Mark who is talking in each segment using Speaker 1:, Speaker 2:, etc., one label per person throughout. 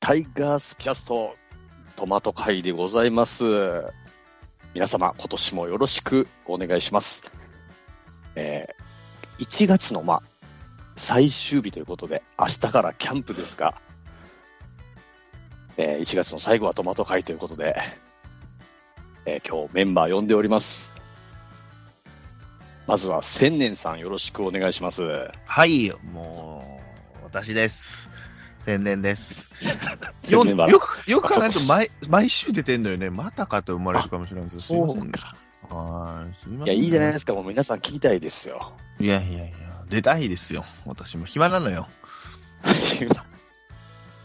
Speaker 1: タイガースキャスト、トマト会でございます。皆様、今年もよろしくお願いします。えー1月の、まあ、最終日ということで、明日からキャンプですが、えー1月の最後はトマト会ということで、えー今日メンバー呼んでおります。まずは、千年さんよろしくお願いします。
Speaker 2: はい、もう、私です。宣伝です。
Speaker 1: 千
Speaker 2: よ
Speaker 1: 年は
Speaker 2: よく、よく考えると
Speaker 1: あそっか
Speaker 2: 毎、毎週出てんのよね。またかと生まれるかもしれないです。
Speaker 1: そうか。
Speaker 2: か。はい。すま
Speaker 1: い
Speaker 2: せ
Speaker 1: や、
Speaker 2: ん
Speaker 1: いいじゃないですか。もう皆さん聞きたいですよ。
Speaker 2: いやいやいや、出たいですよ。私も暇なのよ。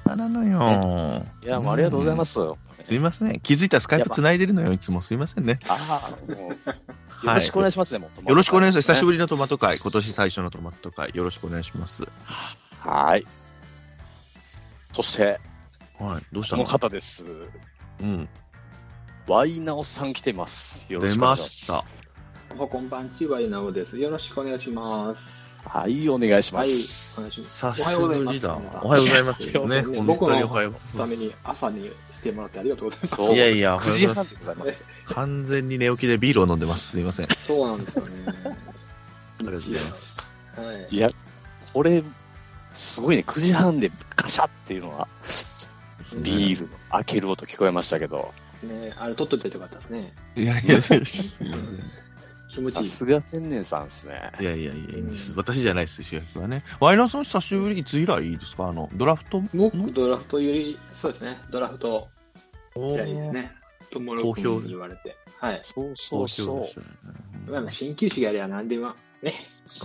Speaker 2: 暇なのよ。。
Speaker 1: いや、もうありがとうございますす。あ
Speaker 2: すいません。気づいたらスカイプ繋いでるのよ。いつもすいませんね。
Speaker 1: あ、もう、よろしくお願いしますね、もう。
Speaker 2: よろしくお願いします。久しぶ
Speaker 1: り。
Speaker 2: りのトマト会。今年最初のトマト会。よろしくお願いします。
Speaker 1: はい。そして、
Speaker 2: はい。どうした
Speaker 1: こ
Speaker 2: の
Speaker 1: の方です。
Speaker 2: うん。
Speaker 1: ワイナオさん来てます。よろしくお願いします。
Speaker 3: おこんばんちは、いなおです。よろしくお願いします。
Speaker 1: はい、お願いし
Speaker 3: は
Speaker 1: ま
Speaker 3: い、
Speaker 1: す。
Speaker 3: お願いします。
Speaker 2: 久し
Speaker 3: おはようござい
Speaker 2: ぶ
Speaker 3: ま
Speaker 2: り
Speaker 3: す。
Speaker 2: だ。
Speaker 3: 皆さん
Speaker 2: おはようございます。ね。
Speaker 3: いや
Speaker 2: 本
Speaker 3: 僕
Speaker 2: 当に
Speaker 3: の
Speaker 2: おはようございます。
Speaker 3: ために朝にしてもらってありがとうございます。
Speaker 1: そう
Speaker 2: いやいや、
Speaker 1: 9時半でございます。
Speaker 2: 完全に寝起きでビールを飲んでます。すいません。あ
Speaker 3: そうなんですよね。
Speaker 2: りがとうございます。
Speaker 3: はい
Speaker 1: いや、これ、すごいね、9時半でカシャっていうのは、ビールの開ける音聞こえましたけど、
Speaker 3: ね、あれ、取っといてよかったですね。
Speaker 2: いやいや、
Speaker 3: 気持ち
Speaker 1: さ
Speaker 3: いい。
Speaker 1: すが千年さんですね。
Speaker 2: いやいやいや、いいんです。私じゃないです、主役はね。ワイナさん久しぶり、いつ以来いいですかあの、ドラフト
Speaker 3: 僕、ドラフトより、そうですね、ドラフト
Speaker 2: お
Speaker 3: 嫌いです
Speaker 2: ー
Speaker 3: ね。ともろくんに言われて。はい。
Speaker 1: そうそ
Speaker 2: 投
Speaker 1: う
Speaker 2: 票
Speaker 1: そ
Speaker 2: ですよね
Speaker 3: まあ、新球種があれば何でも、ね。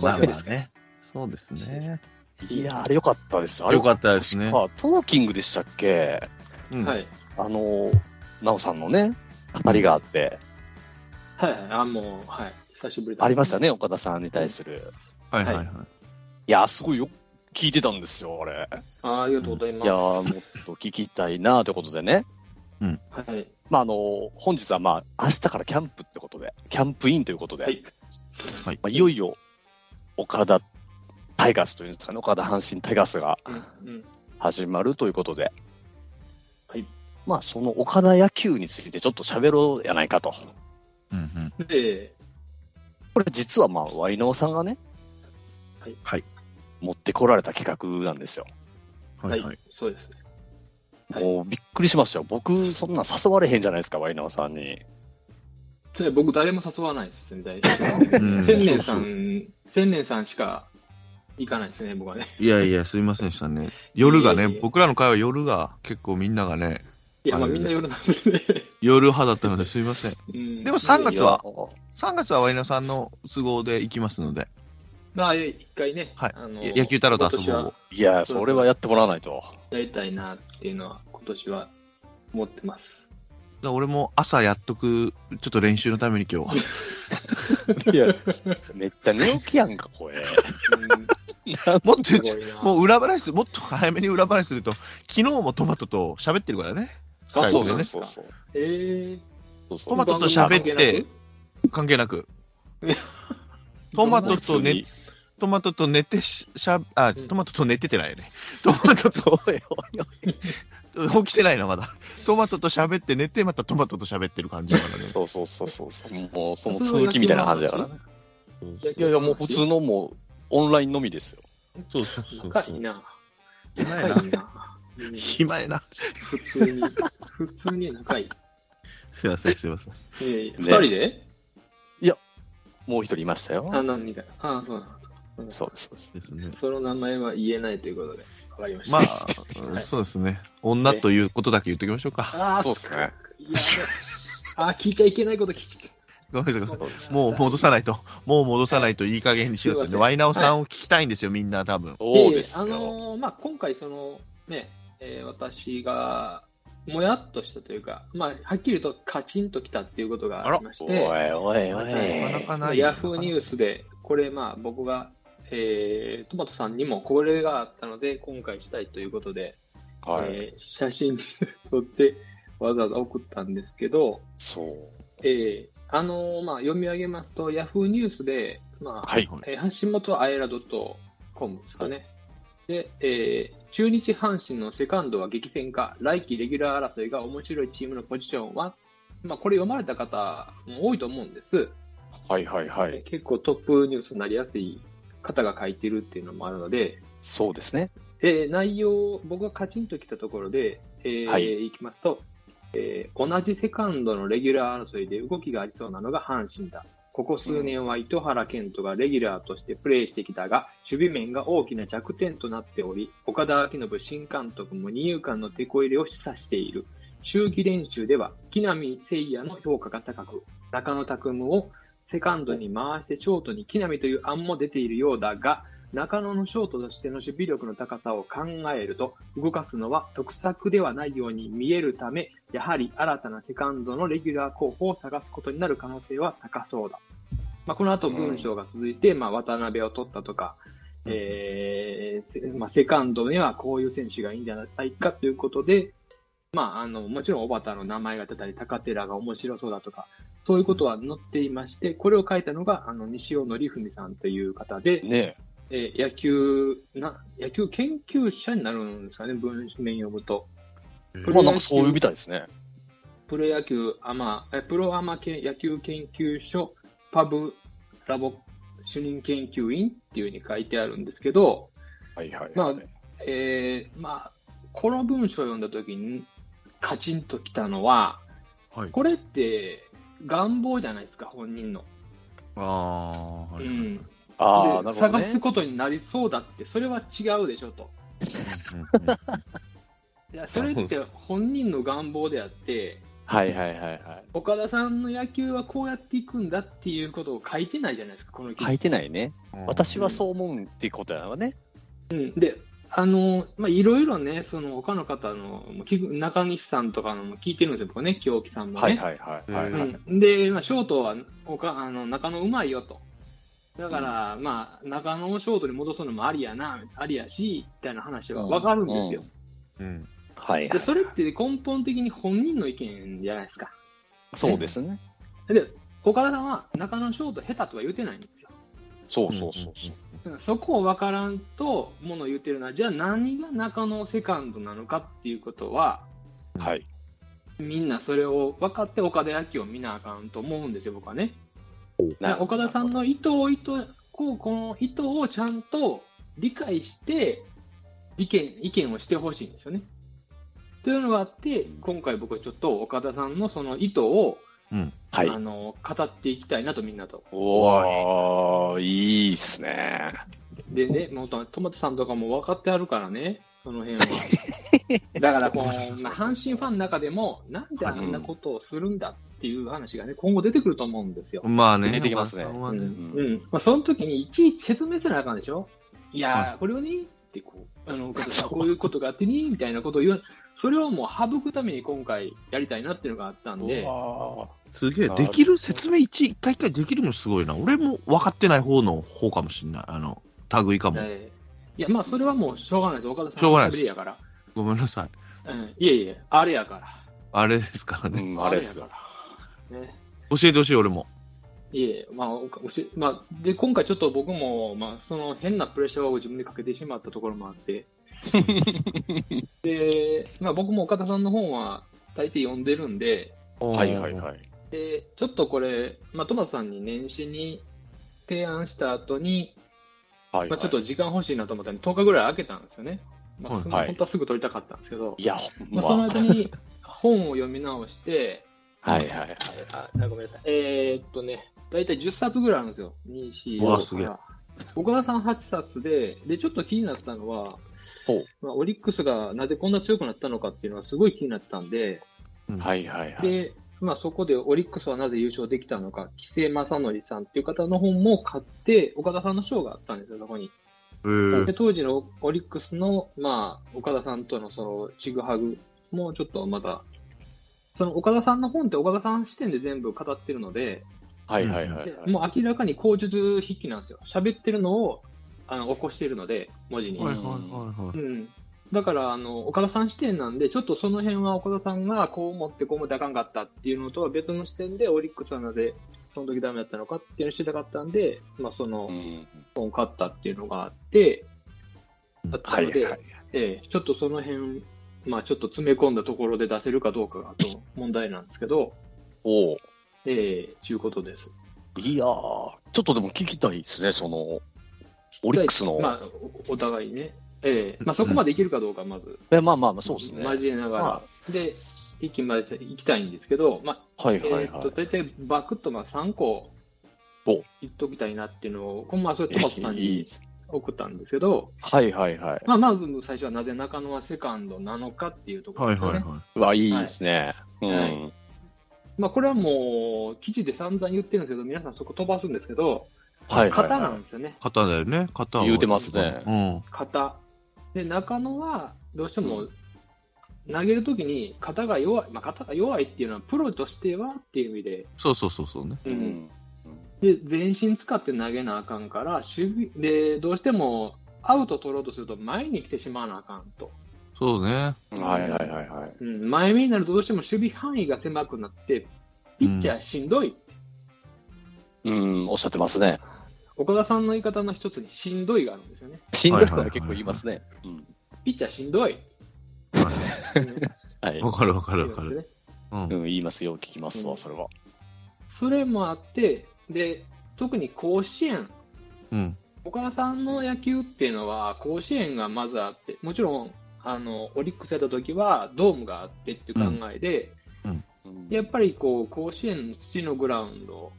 Speaker 2: まあ
Speaker 3: 怖
Speaker 2: ま
Speaker 3: いで
Speaker 2: あ
Speaker 3: す
Speaker 2: ね。そうですね。
Speaker 1: う。いや、あれ良かったですよ。あれ
Speaker 2: よかったですね。
Speaker 1: 確かトーキングでしたっけ
Speaker 2: うん
Speaker 3: はい。
Speaker 1: あの、なおさんのね、語りがあって、
Speaker 3: はいはい。あ、もう、はい。久しぶりだ
Speaker 1: ありましたね、岡田さんに対する。
Speaker 2: はいはいは。
Speaker 3: はい
Speaker 1: いや、すごいよ、聞いてたんですよ、あれ。
Speaker 3: あ。ありがとうございま
Speaker 1: い
Speaker 3: す。
Speaker 1: や、もっと聞きたいなということでね。
Speaker 3: はい。
Speaker 1: まあ、あの、本日はまあ、明日からキャンプってことで、キャンプインということで、
Speaker 3: はい
Speaker 2: はい
Speaker 1: まあ、いよいよ、岡田タイガースというんですかね、岡田阪神タイガースが
Speaker 3: うんうん。
Speaker 1: 始まるということで、
Speaker 3: はい。
Speaker 1: まあ、その岡田野球についてちょっと喋ろうやないかと。
Speaker 2: うんうん。
Speaker 3: で、
Speaker 1: これ実はまあ、ワイナオさんがね、
Speaker 3: はい
Speaker 2: はい
Speaker 1: 持ってこられた企画なんですよ。
Speaker 2: はいはい。
Speaker 3: そうですね。はい
Speaker 1: もうびっくりしましたよ。僕、そんなん誘われへんじゃないですか、ワイナオさんに。
Speaker 3: それ僕誰も誘わないです、絶対。
Speaker 2: ん
Speaker 3: 千年さん、千年さんしか行かないですね、僕はね。
Speaker 2: いやいや、すいませんでしたね。夜が
Speaker 3: いえ
Speaker 2: ね
Speaker 3: いえいえ、
Speaker 2: 僕らの会は夜が結構みんながね、
Speaker 3: いや、まあ
Speaker 2: はい
Speaker 3: みんな夜なんですね。
Speaker 2: 夜派だったのですいません。
Speaker 3: うん
Speaker 2: でも三月はい
Speaker 1: や
Speaker 2: 3月はワイナさんの都合で行きますので、
Speaker 3: まあ、一回ね、
Speaker 2: はい
Speaker 3: あの
Speaker 2: や野球太郎と遊ぼ
Speaker 3: 今年
Speaker 2: う
Speaker 3: は
Speaker 2: を。
Speaker 1: いや、それはやってもらわないと。
Speaker 3: やりたいなっていうのは、今年は思ってま
Speaker 2: だ
Speaker 3: す。
Speaker 2: から俺も朝やっとく、ちょっと練習のために今日。
Speaker 1: いや、めっちゃ寝起きやんか、これ。
Speaker 2: もっと言
Speaker 3: す
Speaker 2: っちゃ
Speaker 3: ごいな。
Speaker 2: うもう裏話す、もっと早めに裏話すると、昨日もトマトと喋ってるからね。ス
Speaker 1: あ
Speaker 2: カイプ
Speaker 1: そう
Speaker 2: で
Speaker 1: そ
Speaker 2: ね
Speaker 1: う。そうそう。
Speaker 3: え
Speaker 1: そうそう
Speaker 2: トマトと喋って、関係なく。 トマトと
Speaker 1: ね
Speaker 2: 寝、トマトと寝てし、しゃ、あ、
Speaker 3: うん
Speaker 2: トマトと寝ててないよね。トマトと、起きてないな、まだ。トマトと喋って寝て、またトマトと喋ってる感じだからね。
Speaker 1: そうそうそうそうそう。もう、その続きみたいな感じだからね。
Speaker 3: い
Speaker 1: いやいや、もう普通のもう、オンラインのみですよ。
Speaker 2: そうそうそう
Speaker 3: 仲いいな。
Speaker 2: 暇やな
Speaker 3: 仲
Speaker 2: い
Speaker 3: い。な。うん
Speaker 2: 暇やな。
Speaker 3: 普通に、普通に仲いい。
Speaker 2: すいません、すいません。
Speaker 3: えー、二
Speaker 1: ね
Speaker 3: 人で
Speaker 1: もう一人いましたよ。
Speaker 3: あ、何か。あ、そうなんです
Speaker 1: そ
Speaker 3: か。
Speaker 1: うですそうです。
Speaker 2: ですね。
Speaker 3: その名前は言えないということで、わかりました。
Speaker 2: まあ、
Speaker 3: はい
Speaker 2: そうですね。女ということだけ言っておきましょうか。
Speaker 3: あー
Speaker 1: そうっすね。
Speaker 3: いやあー、聞いちゃいけないこと聞いち
Speaker 2: ごめんなさ
Speaker 3: ゃ
Speaker 2: い
Speaker 3: っ。た。
Speaker 2: もう戻さないと、もう戻さないといい加減にしろっ
Speaker 3: す
Speaker 2: てね、
Speaker 3: いません
Speaker 2: ワイナオさんを聞きたいんですよ、みんな、多分
Speaker 1: そうです
Speaker 3: あ
Speaker 1: よ。
Speaker 3: のーまあ、今回、その、ね、えー私が、もやっとしたというか、まあ、はっきりとカチンときたっていうことがありまし
Speaker 1: お
Speaker 3: て、
Speaker 1: いおいおい。
Speaker 2: なかなかないよ。
Speaker 3: ヤフーニュースで、これ、まあ、僕が、えートマトさんにもこれがあったので、今回したいということで、
Speaker 1: はい。
Speaker 3: えー写真に 撮って、わざわざ送ったんですけど、
Speaker 1: そう。
Speaker 3: えーあのーまあ、読み上げますと、ヤフーニュースで、まあ
Speaker 1: はい。
Speaker 3: えー橋本あやら .com ですかね、で、えー中日阪神のセカンドは激戦か、来季レギュラー争いが面白いチームのポジションは、まあ、これ読まれた方も多いと思うんです。
Speaker 1: はいはいはい。
Speaker 3: 結構トップニュースになりやすい方が書いてるっていうのもあるので、
Speaker 1: そうですね。
Speaker 3: で内容、僕がカチンときたところで、えー
Speaker 1: はい
Speaker 3: いきますと、えー同じセカンドのレギュラー争いで動きがありそうなのが阪神だ。ここ数年は糸原健人がレギュラーとしてプレーしてきたが、守備面が大きな弱点となっており、岡田明信新監督も二遊間の手こ入れを示唆している。秋季練習では、木浪誠也の評価が高く、中野拓夢をセカンドに回してショートに木浪という案も出ているようだが、中野のショートとしての守備力の高さを考えると、動かすのは得策ではないように見えるため、やはり新たなセカンドのレギュラー候補を探すことになる可能性は高そうだ。まあ、この後文章が続いて、まあ、渡辺を取ったとか、えーせまあ、セカンドにはこういう選手がいいんじゃないかということで、まあ、あのもちろん小畑の名前が出たり、高寺が面白そうだとか、そういうことは載っていまして、これを書いたのがあの西尾則文さんという方で、
Speaker 1: ね
Speaker 3: えー野球な、野球研究者になるんですかね、文面読むと。
Speaker 1: え。まあなんかそういうみたいですね。
Speaker 3: プロ野球アマ、えプロアマけ野球研究所パブラボ主任研究員っていうふうに書いてあるんですけど、
Speaker 1: はいはい、はい。
Speaker 3: まあえーまあ、この文章を読んだ時にカチンときたのは、
Speaker 2: はい。
Speaker 3: これって願望じゃないですか、本人の。
Speaker 2: ああー、
Speaker 3: う
Speaker 2: はいはい
Speaker 3: ん、で
Speaker 1: ああ、なるほど、
Speaker 3: 探
Speaker 1: ね
Speaker 3: す。ことになりそうだって、それは違うでしょと。いやそれって本人の願望であって、
Speaker 1: はいはいはいは
Speaker 3: 岡田さんの野球はこうやっていくんだっていうことを書いてないじゃないですか、この記
Speaker 1: い。
Speaker 3: 事
Speaker 1: 書いてないね。
Speaker 2: うんうん
Speaker 1: 私はそう思うっていうことやわね。
Speaker 3: で、あの、まあ、いろいろね、その他の方の、き中西さんとかのも聞いてるんですよ、僕ね、京木さんもね。
Speaker 1: はいはいはいはい、はい
Speaker 3: うん、で、まあ、ショートは岡あの中野うまいよと。だから、まあ、中野をショートに戻すのもありやな、ありやし、みたいな話はわかるんですよ、
Speaker 1: う
Speaker 2: うん
Speaker 1: はいは
Speaker 3: で。
Speaker 1: い。
Speaker 3: それって根本的に本人の意見じゃないですか。
Speaker 1: そうですね。
Speaker 3: で、岡田さんは中野ショート下手とは言ってないんですよ。
Speaker 1: そうそうそうそう。
Speaker 3: だからそこを分からんとものを言ってるのは、じゃあ何が中野セカンドなのかっていうことは、
Speaker 2: うん
Speaker 1: はい。
Speaker 3: みんなそれを分かって岡田野球を見なあかんと思うんですよ、僕はね。
Speaker 1: なるほ
Speaker 3: 岡
Speaker 1: ど
Speaker 3: 田さんの意図を意図こうこの意図をちゃんと理解して意見意見をしてほしいんですよね。というのがあって、今回僕はちょっと岡田さんのその意図を、
Speaker 1: はい
Speaker 3: あ。の語っていきたいなと、みんなと。
Speaker 1: おー、いいっす ね。
Speaker 3: でね、もうトマトさんとかも分かってあるからね、その辺は。 だからこう、まあ、阪神ファンの中でも、なんであんなことをするんだっていう話がね、今後出てくると思うんですよ。
Speaker 2: まあね、
Speaker 1: 出てきますね
Speaker 2: まあ
Speaker 3: う
Speaker 2: まあ
Speaker 3: ん
Speaker 2: ね
Speaker 3: うんまあ、その時にいちいち説明せなあかんでしょ。いやー、これをね、つってこう、あの、こ
Speaker 1: そう
Speaker 3: ういうことがあってね、みたいなことを言う、それをもう省くために今回やりたいなっていうのがあったんで、
Speaker 1: わ
Speaker 2: すげえ、
Speaker 1: あー
Speaker 2: できる説明一、一回一回できるのすごいな。俺も分かってない方の方かもしんない。あの、類いかも。
Speaker 3: えーいや、まあ、それはもうしょうがないです。岡田さん
Speaker 2: しょうがない
Speaker 3: の
Speaker 2: です
Speaker 3: りやから。
Speaker 2: ごめんなさい。
Speaker 3: うん、いえいえ、あれやか
Speaker 2: あれですか
Speaker 1: ー
Speaker 2: ら
Speaker 1: う
Speaker 2: ね。
Speaker 1: ん、あれですよ。
Speaker 3: ら。ね
Speaker 2: 教えてほしい、俺も。
Speaker 3: いえ、まあおかおしまあ、で今回、ちょっと僕も、まあ、その変なプレッシャーを自分でかけてしまったところも あって、でまあ、僕も岡田さんの本は大抵読んでるんで、
Speaker 1: はいはいはい。
Speaker 3: でちょっとこれ、まあ、トマトさんに年始に提案した後に、
Speaker 1: はい、
Speaker 3: まあ、ちょっと時間欲しいなと思ったんで、10日ぐらい空けたんですよね、まあ
Speaker 2: はい
Speaker 3: その
Speaker 1: はい
Speaker 3: 本当はすぐ取りたかったんですけど、
Speaker 1: いや、ほん
Speaker 3: ま
Speaker 1: ま。
Speaker 3: あ、その間に本を読み直して、
Speaker 1: はいはいはい。
Speaker 3: あ、あごめんなさい。えーっとね、大体10冊ぐらいあるんですよ。2、4、
Speaker 2: うわ
Speaker 3: 5
Speaker 2: すげえ
Speaker 3: から岡田さん8冊で、で、ちょっと気になったのは、
Speaker 1: ほう
Speaker 3: まあ、オリックスがなぜこんな強くなったのかっていうのはすごい気になってたんで、
Speaker 1: はいはいはい。
Speaker 3: で、まあ、そこでオリックスはなぜ優勝できたのか、木瀬正則さんっていう方の本も買って、岡田さんの賞があったんですよ、そこに。
Speaker 2: へー
Speaker 3: で当時のオリックスの、まあ、岡田さんとのそのちぐはぐもちょっとまだ、その岡田さんの本って岡田さん視点で全部語ってるので、
Speaker 1: はいはいはい
Speaker 3: で
Speaker 1: はい。
Speaker 3: もう明らかに口述筆記なんですよ。喋ってるのをあの起こしてるので、文字に。
Speaker 2: はいはいはいは
Speaker 3: う
Speaker 2: い。
Speaker 3: ん、だからあの、岡田さん視点なんで、ちょっとその辺は岡田さんがこう思って、こう思ってあかんかったっていうのとは別の視点で、オリックスはなぜその時ダメだったのかっていうのを知りたかったんで、まあ、その
Speaker 1: うん
Speaker 3: 本買ったっていうのがあって、だった
Speaker 1: はい
Speaker 3: ので、
Speaker 1: はい。
Speaker 3: ええちょっとその辺、まあちょっと詰め込んだところで出せるかどうかがと問題なんですけど、
Speaker 1: おう
Speaker 3: ええちゅうことです。
Speaker 1: いやー、ちょっとでも聞きたいですね、その、オリックスの。
Speaker 3: まあ、おお互いね。ええまあそこまでいけるかどうか、まず。
Speaker 1: えまあまあまあ、そうですね。はい
Speaker 3: 交えながら。
Speaker 1: ま
Speaker 3: で、行きまで行きたいんですけど、まあ、
Speaker 1: はい
Speaker 3: え
Speaker 1: はい。
Speaker 3: ーっと、大体バクッとまあ3個
Speaker 1: お
Speaker 3: 言っときたいなっていうのを、このまあ、それトマトさんに送ったんですけど、
Speaker 1: はいはいはい。
Speaker 3: まあ、まず最初はなぜ中野はセカンドなのかっていうとこ
Speaker 2: はい
Speaker 3: ろですよ
Speaker 2: は
Speaker 3: ね。
Speaker 2: いは
Speaker 1: うわ、いいですね。うん。
Speaker 3: まあ、これはもう、記事で散々言ってるんですけど、皆さんそこ飛ばすんですけど、
Speaker 1: はいはい、はい。
Speaker 3: 型なんですよね
Speaker 2: い。、型だよね、型は
Speaker 1: 言うてますね
Speaker 2: うん。
Speaker 3: 型。で、中野はどうしても投げるときに型が弱い、まあ、型が弱いっていうのはプロとしてはっていう意味で、
Speaker 2: そうそうそうそうね。
Speaker 1: う
Speaker 3: うん
Speaker 1: ん。
Speaker 3: で全身使って投げなあかんから、守備でどうしてもアウト取ろうとすると前に来てしまわなあかんと、
Speaker 2: そうね。
Speaker 1: はいはいはいはい。
Speaker 3: うん、前目になるとどうしても守備範囲が狭くなって、ピッチャーしんどい、
Speaker 1: うん、おっしゃってますね。
Speaker 3: 岡田さんの言い方の一つにしんどいがあるんですよね、
Speaker 1: しんどいのは結構言いますね。うん
Speaker 3: ピッチャーしんどい、
Speaker 2: はい
Speaker 1: はい。
Speaker 2: わかるわか
Speaker 3: うん
Speaker 2: るわかる。
Speaker 3: ね、
Speaker 2: うん
Speaker 1: うん、言いますよ、聞きますわ、それは。
Speaker 3: それもあってで、特に甲子園、
Speaker 2: うん。
Speaker 3: 岡田さんの野球っていうのは、甲子園がまずあって、もちろんあのオリックスやった時はドームがあってっていう考えで。
Speaker 1: うん
Speaker 3: やっぱりこう甲子園の土のグラウンド、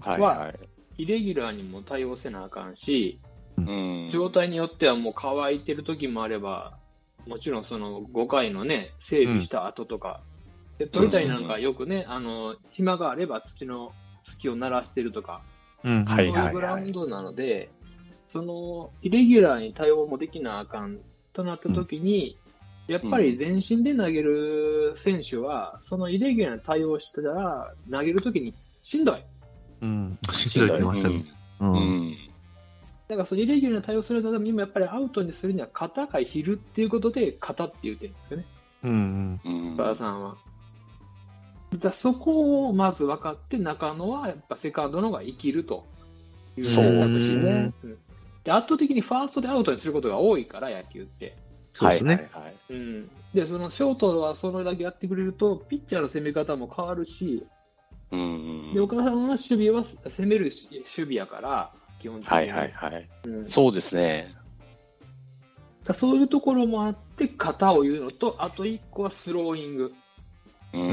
Speaker 1: はい
Speaker 3: は
Speaker 1: はい。
Speaker 3: イレギュラーにも対応せなあかんし、
Speaker 1: うん。
Speaker 3: 状態によってはもう乾いてる時もあれば、もちろんその5回のね、整備した後とか、で鳥谷なんかよくね、あの暇があれば土の隙を鳴らしてるとか、
Speaker 2: うん。
Speaker 1: は
Speaker 3: そ
Speaker 1: いうはい
Speaker 3: いうグラウンドなので、そのイレギュラーに対応もできなあかんとなった時に、やっぱり全身で投げる選手は、そのイレギュラーに対応してたら、投げる時にしんどい。
Speaker 2: うん。しんどいって言ってましたね。う。
Speaker 1: うんん。
Speaker 3: だからそのイレギュラーに対応するためにも、やっぱりアウトにするには肩がひるっていうことで、肩って言うてるんですよね、
Speaker 2: うん。
Speaker 1: うん。
Speaker 3: 岡田さんは。だからそこをまず分かって、中野はやっぱセカンドの方が生きるという
Speaker 1: そう
Speaker 2: ですね
Speaker 3: うんで圧倒的にファーストでアウトにすることが多いから、野球って。
Speaker 2: そうですね。
Speaker 1: はいはいはい。
Speaker 3: うん、で、そのショートはそれだけやってくれると、ピッチャーの攻め方も変わるし、
Speaker 1: うん
Speaker 3: で岡田さんの守備は攻めるし守備やから、基本的に。
Speaker 1: はいはいはい。
Speaker 3: うん
Speaker 1: そうですね。
Speaker 3: だからそういうところもあって、型を言うのと、あと1個はスローイング。
Speaker 1: う
Speaker 2: うん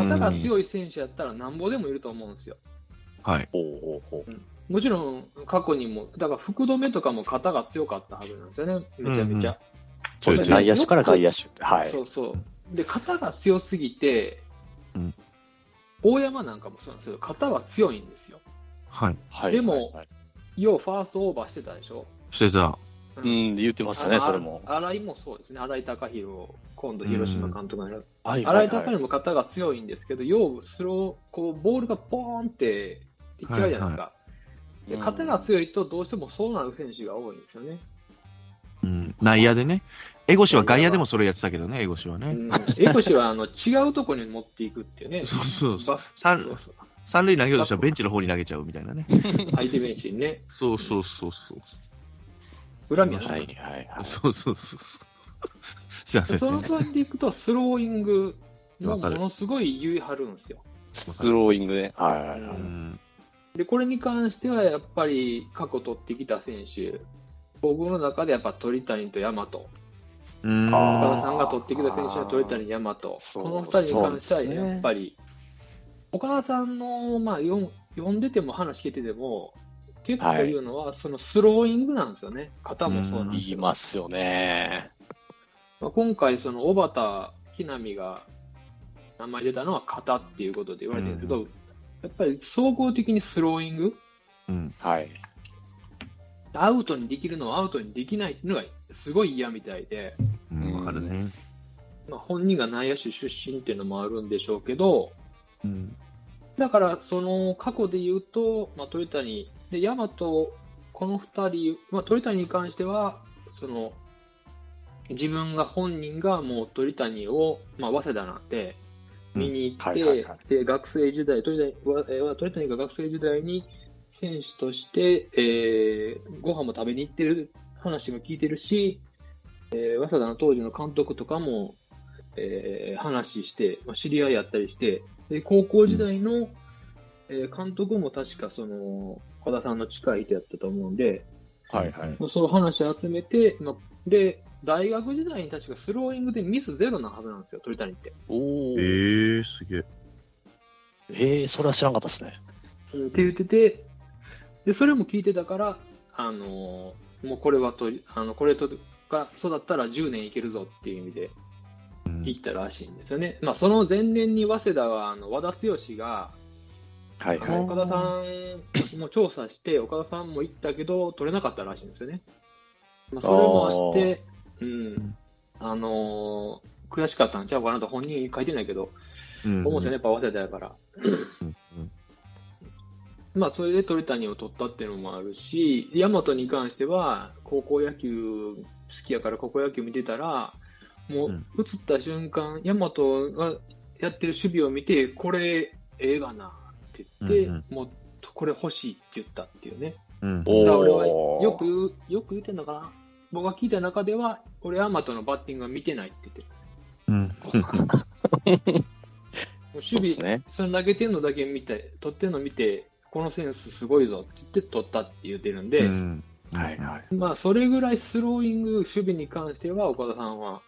Speaker 2: うん。
Speaker 3: 型が強い選手やったらなんぼでもいると思うんですよ。
Speaker 2: はい。
Speaker 1: ほうほうほ
Speaker 3: もちろん過去にも、だから福留とかも型が強かったはずなんですよね、めちゃめちゃ。
Speaker 1: う。そうですね。内野手から外野手って。はい。
Speaker 3: そうそう。で、型が強すぎて、
Speaker 2: うん
Speaker 3: 大山なんかもそうなんですけど、型は強いんですよ。
Speaker 2: はい。
Speaker 1: はい。
Speaker 3: でも
Speaker 1: はい、
Speaker 3: 要はファーストオーバーしてたでしょ。
Speaker 2: してた。
Speaker 1: う
Speaker 3: うん
Speaker 1: ん、言ってましたね、
Speaker 3: あ
Speaker 1: それも。
Speaker 3: 新井もそうですね、新井貴弘、今度、広島監督になる
Speaker 1: はい
Speaker 3: 洗
Speaker 1: はい
Speaker 3: たか
Speaker 1: い。
Speaker 3: にも型が強いんですけど、要はスロー、こうボールがポーンっていっちゃうじゃないですか、で型が強いと、どうしてもそうなる選手が多いんですよね。
Speaker 2: うん。内野でね。江越は外野でもそれやってたけどね、江越は
Speaker 3: う
Speaker 2: ね。
Speaker 3: ん、エコシはあの違うところに持っていくっていうね、
Speaker 2: そうそうそう。
Speaker 3: バッ
Speaker 2: 三
Speaker 3: そうそう
Speaker 2: 三塁投げようとしたらベンチの方に投げちゃうみたいなね。
Speaker 3: 相手ベンチに ね、
Speaker 2: そうそうそうそう。
Speaker 3: 恨みは
Speaker 1: は
Speaker 3: ないい。
Speaker 1: はいはい。
Speaker 2: そうそうそうそう。すいません。
Speaker 3: そのそうやっていくと、スローイングも
Speaker 2: わか
Speaker 3: も
Speaker 2: る
Speaker 3: のすごい優位張るんですよ。
Speaker 1: スローイングね。はいはいは
Speaker 2: う
Speaker 1: い。
Speaker 2: ん。
Speaker 3: で、これに関してはやっぱり過去取ってきた選手、僕の中でやっぱ鳥谷と大和。
Speaker 2: うん。
Speaker 1: あー
Speaker 3: 岡田さんが取ってきた選手は鳥谷大和、こ
Speaker 1: そう
Speaker 3: の2人に関してはやっぱり、岡田さんの、まあ、読ん読んでても話聞いてても、結構言うのは、そのスローイングなんですよね、型もそうなんです
Speaker 1: 言い
Speaker 3: けど、
Speaker 1: ますよね。
Speaker 3: まあ、今回、その小畑、木浪が名前出たのは型っていうことで言われてるんですけど、やっぱり総合的にスローイング、
Speaker 2: うん。
Speaker 1: はい。
Speaker 3: アウトにできるのをアウトにできないっていうのがすごい嫌みたいで、
Speaker 2: うんわかるね。
Speaker 3: まあ、本人が内野手出身っていうのもあるんでしょうけど、
Speaker 2: うん。
Speaker 3: だから、その過去で言うと、まあ、鳥谷、で、大和、この二人、まあ、鳥谷に関しては、その、自分が本人がもう鳥谷を、まあ、早稲田なんで、見に行って、
Speaker 1: うんはいはいは
Speaker 3: で、学生時代、鳥谷わえー鳥谷が学生時代に選手として、えーご飯も食べに行ってる話も聞いてるし、えー早稲田の当時の監督とかも、えー話して、まあ、知り合いやったりして、で高校時代の、えー監督も確かその、岡田さんの近い人やったと思うんで、
Speaker 1: はいはい。
Speaker 3: もうその話集めて、まあで、大学時代に確かスローイングでミスゼロなはずなんですよ、鳥谷って。
Speaker 1: おお。
Speaker 2: え
Speaker 1: え
Speaker 2: ー、すげえ。
Speaker 1: ー、それは知らんかったですね。
Speaker 3: うんって言ってて、で、それも聞いてたから、あのーもうこれはと、あの、これとか、育ったら10年いけるぞっていう意味で
Speaker 2: うん
Speaker 3: 行ったらしいんですよね。まあ、その前年に早稲田は、あの、和田剛が、
Speaker 1: はい
Speaker 3: あ
Speaker 1: はい。
Speaker 3: の岡田さんも調査して、岡田さんも行ったけど、取れなかったらしいんですよね。まあ、それもあって、うん、あのー悔しかったんちゃうかなと本人書いてないけど、
Speaker 2: うん
Speaker 3: 思うんですよね、やっぱ早稲田やから。
Speaker 2: うんうん
Speaker 3: まあ、それで鳥谷を取ったっていうのもあるし、大和に関しては、高校野球好きやから高校野球見てたら、も
Speaker 2: うん
Speaker 3: う、移った瞬間、大和がやってる守備を見て、これ、ええがなって言って、
Speaker 2: うん
Speaker 3: もう、これ欲しいって言ったっていうね。
Speaker 2: うん
Speaker 1: お
Speaker 3: だから俺は
Speaker 1: お。
Speaker 3: よく言う、よく言ってんのかな僕が聞いた中では、俺、大和のバッティングは見てないって言ってるんですよ。
Speaker 2: うん
Speaker 1: そう
Speaker 3: もう守
Speaker 1: で
Speaker 3: 備、
Speaker 1: すね。
Speaker 3: その投げてんのだけ見て、取ってんの見て、このセンスすごいぞって言って取ったって言ってるんで、
Speaker 2: うん
Speaker 1: はいはい。
Speaker 3: まあ、それぐらいスローイング、守備に関しては、岡田さんは、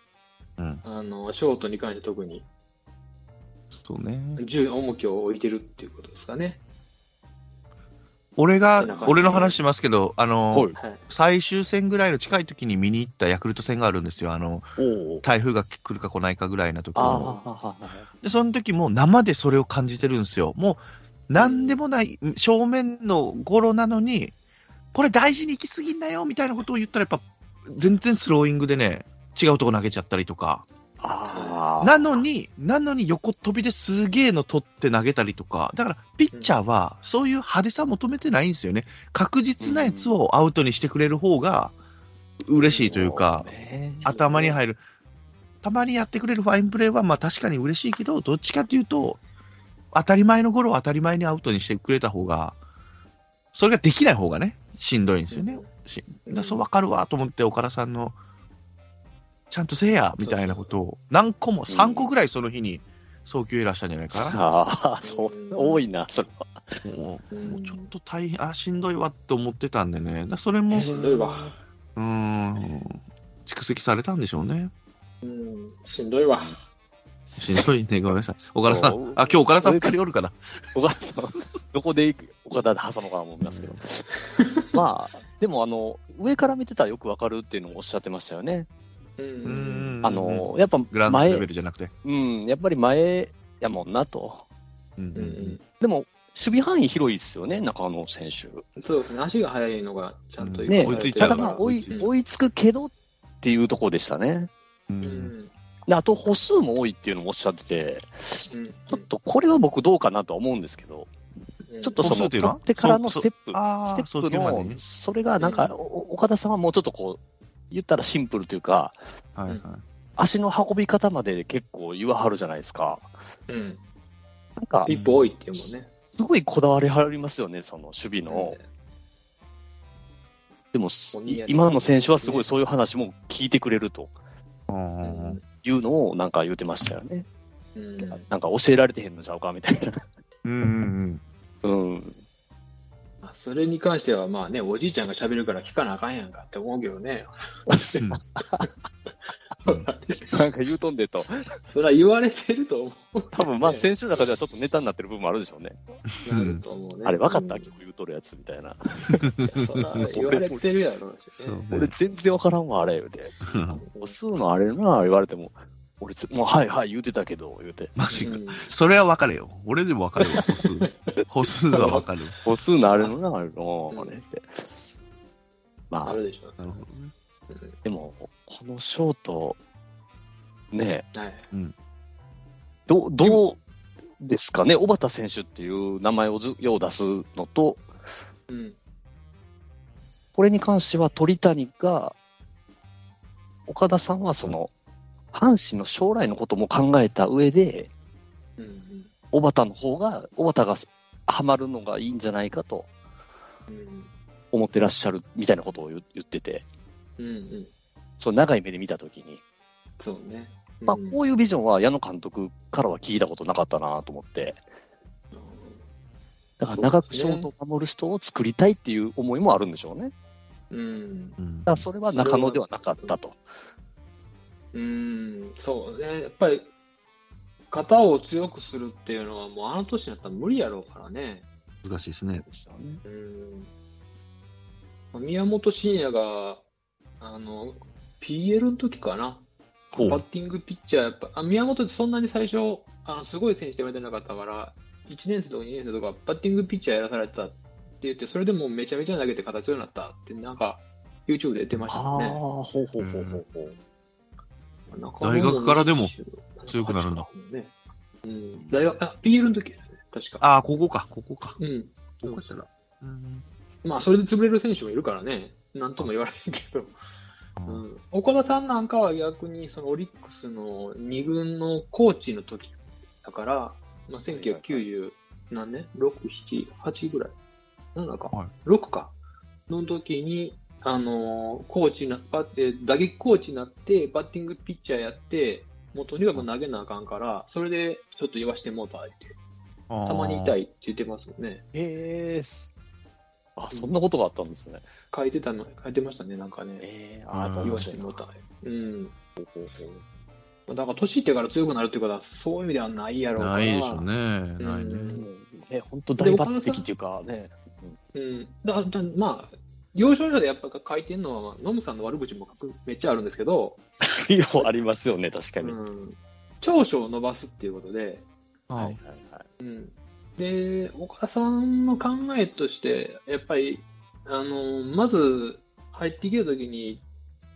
Speaker 2: うん
Speaker 3: あのショートに関して特に
Speaker 2: そうね。
Speaker 3: 重重きを置いてるっていうことですかね。
Speaker 2: 俺
Speaker 3: ってな
Speaker 2: が
Speaker 3: 感、じ
Speaker 2: 俺の話しますけど、あの、
Speaker 1: はい。
Speaker 3: はい、
Speaker 2: 最終戦ぐらいの近い時に見に行ったヤクルト戦があるんですよ。あの、
Speaker 1: おお。
Speaker 2: 台風が来るか来ないかぐらいの時
Speaker 1: あ
Speaker 2: の。
Speaker 1: あ。
Speaker 2: で、その時も生でそれを感じてるんですよ。もう、なんでもない、正面のゴロなのに、これ大事に行き過ぎんなよ、みたいなことを言ったら、やっぱ、全然スローイングでね、違うとこ投げちゃったりとか。
Speaker 1: ああ。
Speaker 2: なのに、なのに横飛びですげえの取って投げたりとか、だからピッチャーはそういう派手さ求めてないんですよね。確実なやつをアウトにしてくれる方が嬉しいというか、
Speaker 1: ね
Speaker 2: 頭に入る。たまにやってくれるファインプレーはまあ確かに嬉しいけど、どっちかというと、当たり前のゴロを当たり前にアウトにしてくれた方が、それができない方がね、しんどいんですよね。しだからそう分かるわと思って、岡田さんの、ちゃんとせえやみたいなことを、何個も、
Speaker 1: うん
Speaker 2: 3個ぐらいその日に早急いらしたんじゃないか
Speaker 1: ああ、そう、多いな、それは。
Speaker 2: な。も
Speaker 3: う
Speaker 2: うもうんちょっと大変、あ、しんどいわって思ってたんでね、だからそれ
Speaker 3: え
Speaker 2: も、
Speaker 3: しんどいわ。
Speaker 2: うーん、蓄積されたんでしょうね。
Speaker 3: うん、しんどいわ。
Speaker 2: しんどいね、ごめんなさい。岡田さ
Speaker 1: そ
Speaker 2: ん
Speaker 1: う、
Speaker 2: あ、今日岡田さん2人おるから。
Speaker 1: 岡田さん、どこで行く岡田で挟むかな思いますけど。 まあ、でも、あの、上から見てたらよくわかるっていうのもおっしゃってましたよね。
Speaker 3: う
Speaker 2: うー
Speaker 3: ん。
Speaker 2: ん
Speaker 1: あの、、やっぱ
Speaker 2: グラウンドレ
Speaker 1: 前
Speaker 2: ベ、ルじゃなくて。
Speaker 1: うん、やっぱり前やもんなと。
Speaker 2: うん
Speaker 3: うんうん
Speaker 1: でも、守備範囲広いですよね、中野選手。
Speaker 3: そうですね、足が速いのがちゃんと
Speaker 1: ね
Speaker 2: 追いついちゃ
Speaker 1: ただ
Speaker 2: うか
Speaker 1: ま
Speaker 2: ら
Speaker 1: あ追い
Speaker 2: うん
Speaker 1: 追いつくけどっていうところでしたね。
Speaker 2: う
Speaker 3: うんん
Speaker 1: であと歩数も多いっていうのもおっしゃってて、
Speaker 3: う
Speaker 1: ち
Speaker 3: ん
Speaker 1: ょっとこれは僕どうかなとは思うんですけど、
Speaker 3: うん
Speaker 1: ちょっとそ
Speaker 2: 歩数
Speaker 1: の
Speaker 2: ってい
Speaker 1: 取
Speaker 2: うのは
Speaker 1: ってからのステップ、
Speaker 2: あー
Speaker 1: ステップ
Speaker 2: 送球までね
Speaker 1: の、それがなんか、お岡田さんはもうちょっとこう、言ったらシンプルというか、
Speaker 2: はいはい。
Speaker 1: 足の運び方まで結構言わはるじゃないですか。
Speaker 3: うん
Speaker 1: なんか、
Speaker 3: 一歩多いっていうもんね。
Speaker 1: すごいこだわりはりますよね、その守備の。でも、す
Speaker 3: お似合い
Speaker 1: い
Speaker 3: ですね
Speaker 1: 今の選手はすごいそういう話も聞いてくれると
Speaker 2: うん
Speaker 3: う
Speaker 2: うんうん
Speaker 3: ん
Speaker 1: いうのをなんか言ってましたよね。
Speaker 3: うん
Speaker 1: なんか教えられてへんのちゃうかみたいな。
Speaker 2: うんうん
Speaker 1: うん。
Speaker 3: まあそれに関しては、まあね、おじいちゃんが喋るから聞かなあかんやんかって思うけどね。
Speaker 2: うん
Speaker 1: なんか言うとんでと。
Speaker 3: それは言われてると思
Speaker 1: 多分まあ選手の中ではちょっとネタになってる部分もあるでしょうね。
Speaker 3: う。なると思うね。
Speaker 1: あれ分かった
Speaker 3: うん
Speaker 1: 今日言うとるやつみたいな。
Speaker 3: そら言われてるやろうし、ね。
Speaker 1: 俺全然分からんわ、あれ言うて。
Speaker 2: そう
Speaker 1: おすうのあれな言われても、俺つ、もうはいはい言うてたけど、言うて。
Speaker 2: マジ
Speaker 3: う
Speaker 2: か。
Speaker 3: ん
Speaker 2: それはわかるよ。俺でもわ かるわ、歩数。歩数はわかる。
Speaker 1: おすうのあれなあれのあれって。ま
Speaker 3: あ
Speaker 1: あ
Speaker 3: るでしょ。
Speaker 2: なるほどね。
Speaker 1: でも、このショート、ねえ、
Speaker 3: はい。
Speaker 1: どうどうですかね、小畑選手っていう名前をずよう出すのと、
Speaker 3: うん。
Speaker 1: これに関しては鳥谷が、岡田さんはその、阪神の将来のことも考えた上で、
Speaker 3: うん。
Speaker 1: 小畑の方が、小畑がハマるのがいいんじゃないかと
Speaker 3: うん。
Speaker 1: 思ってらっしゃるみたいなことを言言ってて、
Speaker 3: うんうん。
Speaker 1: その長い目で見たときに、
Speaker 3: そうね。
Speaker 1: まあ
Speaker 3: うん、
Speaker 1: こういうビジョンは矢野監督からは聞いたことなかったなと思って、だから長くショートを守る人を作りたいっていう思いもあるんでしょうね。
Speaker 3: うん。
Speaker 2: うん
Speaker 1: だからそれは中野ではなかったと。
Speaker 3: うん、そうね。やっぱり、肩を強くするっていうのは、もうあの年になったら無理やろうからね。
Speaker 2: 難しいですね。
Speaker 3: うん。まあ宮本慎也が、あの、PL の時かな。
Speaker 1: ほう
Speaker 3: バッティングピッチャー、やっぱ、あ宮本ってそんなに最初、あのすごい選手って言われてなかったから、1年生とか2年生とか、バッティングピッチャーやらされてたって言って、それでもうめちゃめちゃ投げて形になったって、なんか、YouTube で言ってましたもん
Speaker 1: ああ、
Speaker 3: ね。
Speaker 1: ほうほうほうほうほう。
Speaker 2: 大学からでも強くなるんだ。
Speaker 3: ねうん、大学、あ、PL の時ですね、確か。
Speaker 2: ああ、ここか、ここか。
Speaker 3: うん。
Speaker 2: ここ
Speaker 3: したら。
Speaker 2: うん
Speaker 3: まあ、それで潰れる選手もいるからね、なんとも言われへんけど、うん、岡田さんなんかは逆に、そのオリックスの2軍のコーチの時だから、まあ、1990何年 ?6、7、8ぐらい ?7 か、
Speaker 2: はい
Speaker 3: 6か。の時に、あのーコーチな、バッて、打撃コーチになって、バッティングピッチャーやって、もうとにかく投げなあかんから、それでちょっと言わしてもうたって、たまに痛
Speaker 2: い。
Speaker 3: いって言ってますよね。
Speaker 1: へえ。あ、そんなことがあったんですね。
Speaker 3: 書いてたの、書いてましたね、なんかね。
Speaker 1: ええ、あ
Speaker 2: うん
Speaker 1: あ、
Speaker 3: 言わ
Speaker 1: よ
Speaker 3: せ
Speaker 1: し、
Speaker 3: ても
Speaker 1: の
Speaker 3: うた。うん。だから、年いってから強くなるってことは、そういう意味ではないやろうから。
Speaker 2: ないでしょうね。ないね。
Speaker 1: え、本当大抜擢っていうか ね。
Speaker 3: うん。だ、だまあ、要所要所でやっぱ書いてんのは、ノムさんの悪口も書くめっちゃあるんですけど、
Speaker 1: 量ありますよね、確か
Speaker 3: う
Speaker 1: に。
Speaker 3: ん。長所を伸ばすっていうことで、
Speaker 2: は
Speaker 1: はい
Speaker 2: い。
Speaker 1: はいはい。
Speaker 3: で、岡田さんの考えとして、やっぱり、あの、まず入ってきたときに、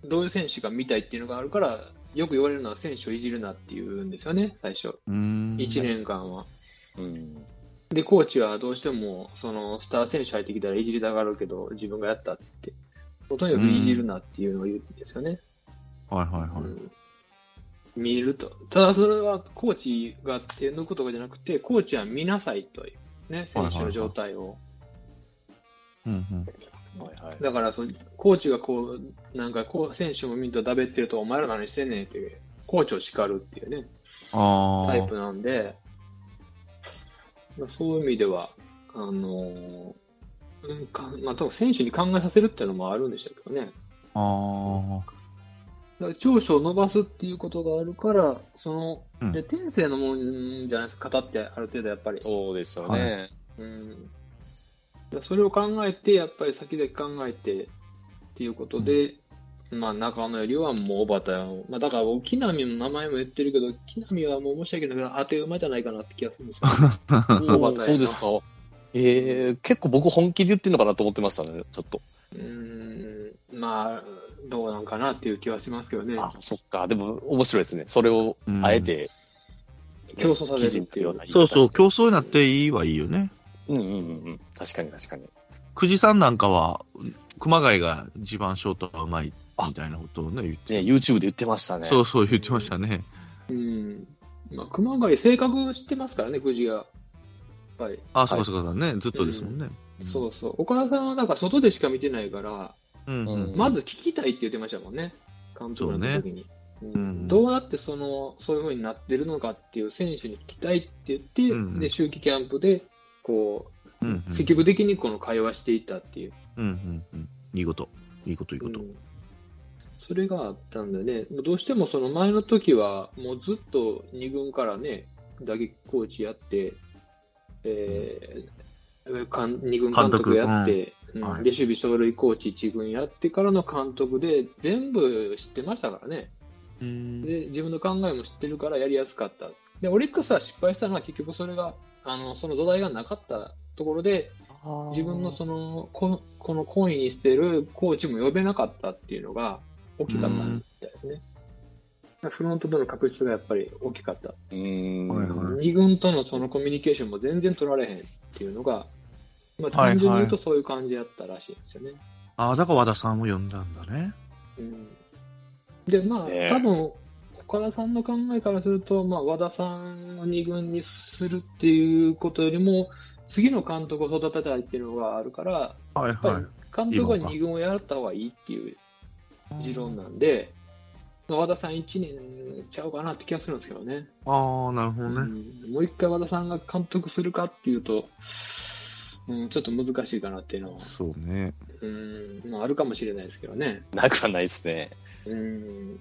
Speaker 3: どういう選手が見たいっていうのがあるから、よく言われるのは選手をいじるなっていうんですよね、最初。
Speaker 2: うん。
Speaker 3: 1年間は。
Speaker 1: うん。
Speaker 3: で、コーチはどうしても、その、スター選手入ってきたらいじりたがるけど、自分がやったって言って、もうとにかくいじるなっていうのを言うんですよね。
Speaker 2: はいはいは
Speaker 3: う
Speaker 2: い。
Speaker 3: ん見ると。ただそれはコーチが手抜くとかじゃなくて、コーチは見なさいという、ね、選手の状態を。
Speaker 2: うんうん。
Speaker 1: はいはい。
Speaker 3: だからその、コーチがこう、なんかこう、選手も見るとだべってると、お前ら何してんねんっていう、コーチを叱るっていうね、
Speaker 2: ああ。
Speaker 3: タイプなんで、まあそういう意味では、あのーうんかまあ、多分選手に考えさせるっていうのもあるんでしょうけどね。
Speaker 2: ああ。
Speaker 3: だから長所を伸ばすっていうことがあるから、その、
Speaker 2: うん
Speaker 3: で天性のもんじゃないですか、方ってある程度やっぱり。
Speaker 1: そうですよ
Speaker 2: は
Speaker 1: ね。
Speaker 3: うん、だそれを考えて、やっぱり先々考えてっていうことで、まあ中野よりはもう小畑を、まあ、だから木浪の名前も言ってるけど、木浪はもう申し訳ないけど、当て馬じゃないかなって気がするんですよ、
Speaker 1: お
Speaker 3: 小
Speaker 1: ーそうですか。ええ、結構僕本気で言ってんのかなと思ってましたね、ちょっと。
Speaker 3: うん、まあ、どうなんかなっていう気はしますけどね、
Speaker 1: あ、そっか。でも面白いですね。それをあえて
Speaker 3: 競争さ
Speaker 1: 記
Speaker 3: せ
Speaker 1: 事になる
Speaker 3: るってい
Speaker 1: よ
Speaker 3: う
Speaker 1: う。な言い
Speaker 2: そ
Speaker 1: 方
Speaker 2: うそう、
Speaker 1: して
Speaker 2: 競争になっていいはいいよね。
Speaker 1: うんうんうんうん。確かに確かに。
Speaker 2: 久慈さんなんかは、熊谷が一番ショートがうまいみたいなことをね、言って、
Speaker 1: ね、YouTube で言ってましたね。
Speaker 2: そうそう言ってましたね。
Speaker 3: うんまあ、熊谷、性格してますからね、藤が。やっぱり
Speaker 2: あ、そうかそうかね、ずっとですもんね。
Speaker 3: そうそう、岡田さんはなんか外でしか見てないから、
Speaker 2: うん。うん
Speaker 1: うん
Speaker 3: まず聞きたいって言ってましたもんね、監督の時に。うん
Speaker 2: うん
Speaker 3: どうやってそのそういうふうになってるのかっていう選手に聞きたいって言って、
Speaker 2: うん
Speaker 3: で秋季キャンプでこ
Speaker 2: うんうん
Speaker 3: う積極的にこの会話していったっていう、
Speaker 2: うんうんうん。いいこと。いいこと、いいこと
Speaker 3: う。んそれがあったんでね、どうしてもその前の時は、もうずっと2軍からね、打撃コーチやって、えー、かん2軍監督やって、うん
Speaker 2: はい
Speaker 3: で守備走塁コーチ1軍やってからの監督で、全部知ってましたからね。
Speaker 2: うん。
Speaker 3: で自分の考えも知ってるからやりやすかったでオリックスは失敗したのは結局それがあのその土台がなかったところで自分のそのここの懇意にしてるコーチも呼べなかったっていうのが大きかったみたいですね、フロントとの確執がやっぱり大きかった、
Speaker 1: うーん。
Speaker 2: はいはい
Speaker 3: 二軍とのそのコミュニケーションも全然取られへんっていうのが、まあ、
Speaker 2: はい
Speaker 3: 単純に言うとそういう感じだったらしいんですよね、
Speaker 2: ああ、だから和田さんを呼んだんだね。
Speaker 3: うんで、まあ、
Speaker 1: ねえ
Speaker 3: 多分岡田さんの考えからすると、まあ、和田さんを二軍にするっていうことよりも、次の監督を育てたいっていうのがあるから、
Speaker 2: はい
Speaker 3: やっぱ
Speaker 2: はい
Speaker 3: り。監督は
Speaker 2: 今か
Speaker 3: 二軍をやった方がいいっていう
Speaker 2: あ
Speaker 3: 持論なんで、まあ和田さん1年ちゃうかなって気がするんですけどね。
Speaker 2: ああ、なるほどね。
Speaker 3: うんもう一回和田さんが監督するかっていうと、うん、ちょっと難しいかなっていうのは、
Speaker 2: そうね。
Speaker 3: うんまあ、あるかもしれないですけどね。
Speaker 1: なくはないですね。
Speaker 3: うん、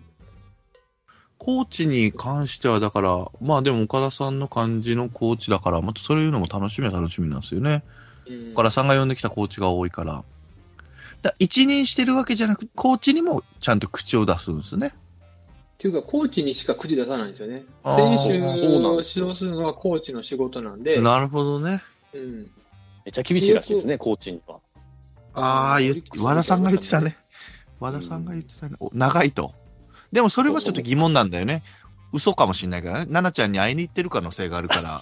Speaker 2: コーチに関しては、だから、まあでも岡田さんの感じのコーチだから、またそういうのも楽しみは楽しみなんですよね。
Speaker 3: うん
Speaker 2: 岡田さんが呼んできたコーチが多いから。だ一任してるわけじゃなく、コーチにもちゃんと口を出すんですね。
Speaker 3: っていうか、コーチにしか口出さないんですよね。
Speaker 2: あ
Speaker 3: 選
Speaker 2: ー
Speaker 3: 手を
Speaker 1: そうなん
Speaker 3: 指
Speaker 1: ですよ
Speaker 3: 導するのはコーチの仕事なんで、
Speaker 2: なるほどね。
Speaker 3: うん、
Speaker 1: めっちゃ厳しいらしいですね、コーチには。
Speaker 2: ああ、言っ和田さんが言ってたね。和田さんが言ってたね。お長いと。でもそれはちょっと疑問なんだよね。嘘かもしれないからね。奈々ちゃんに会いに行ってる可能性がある から。。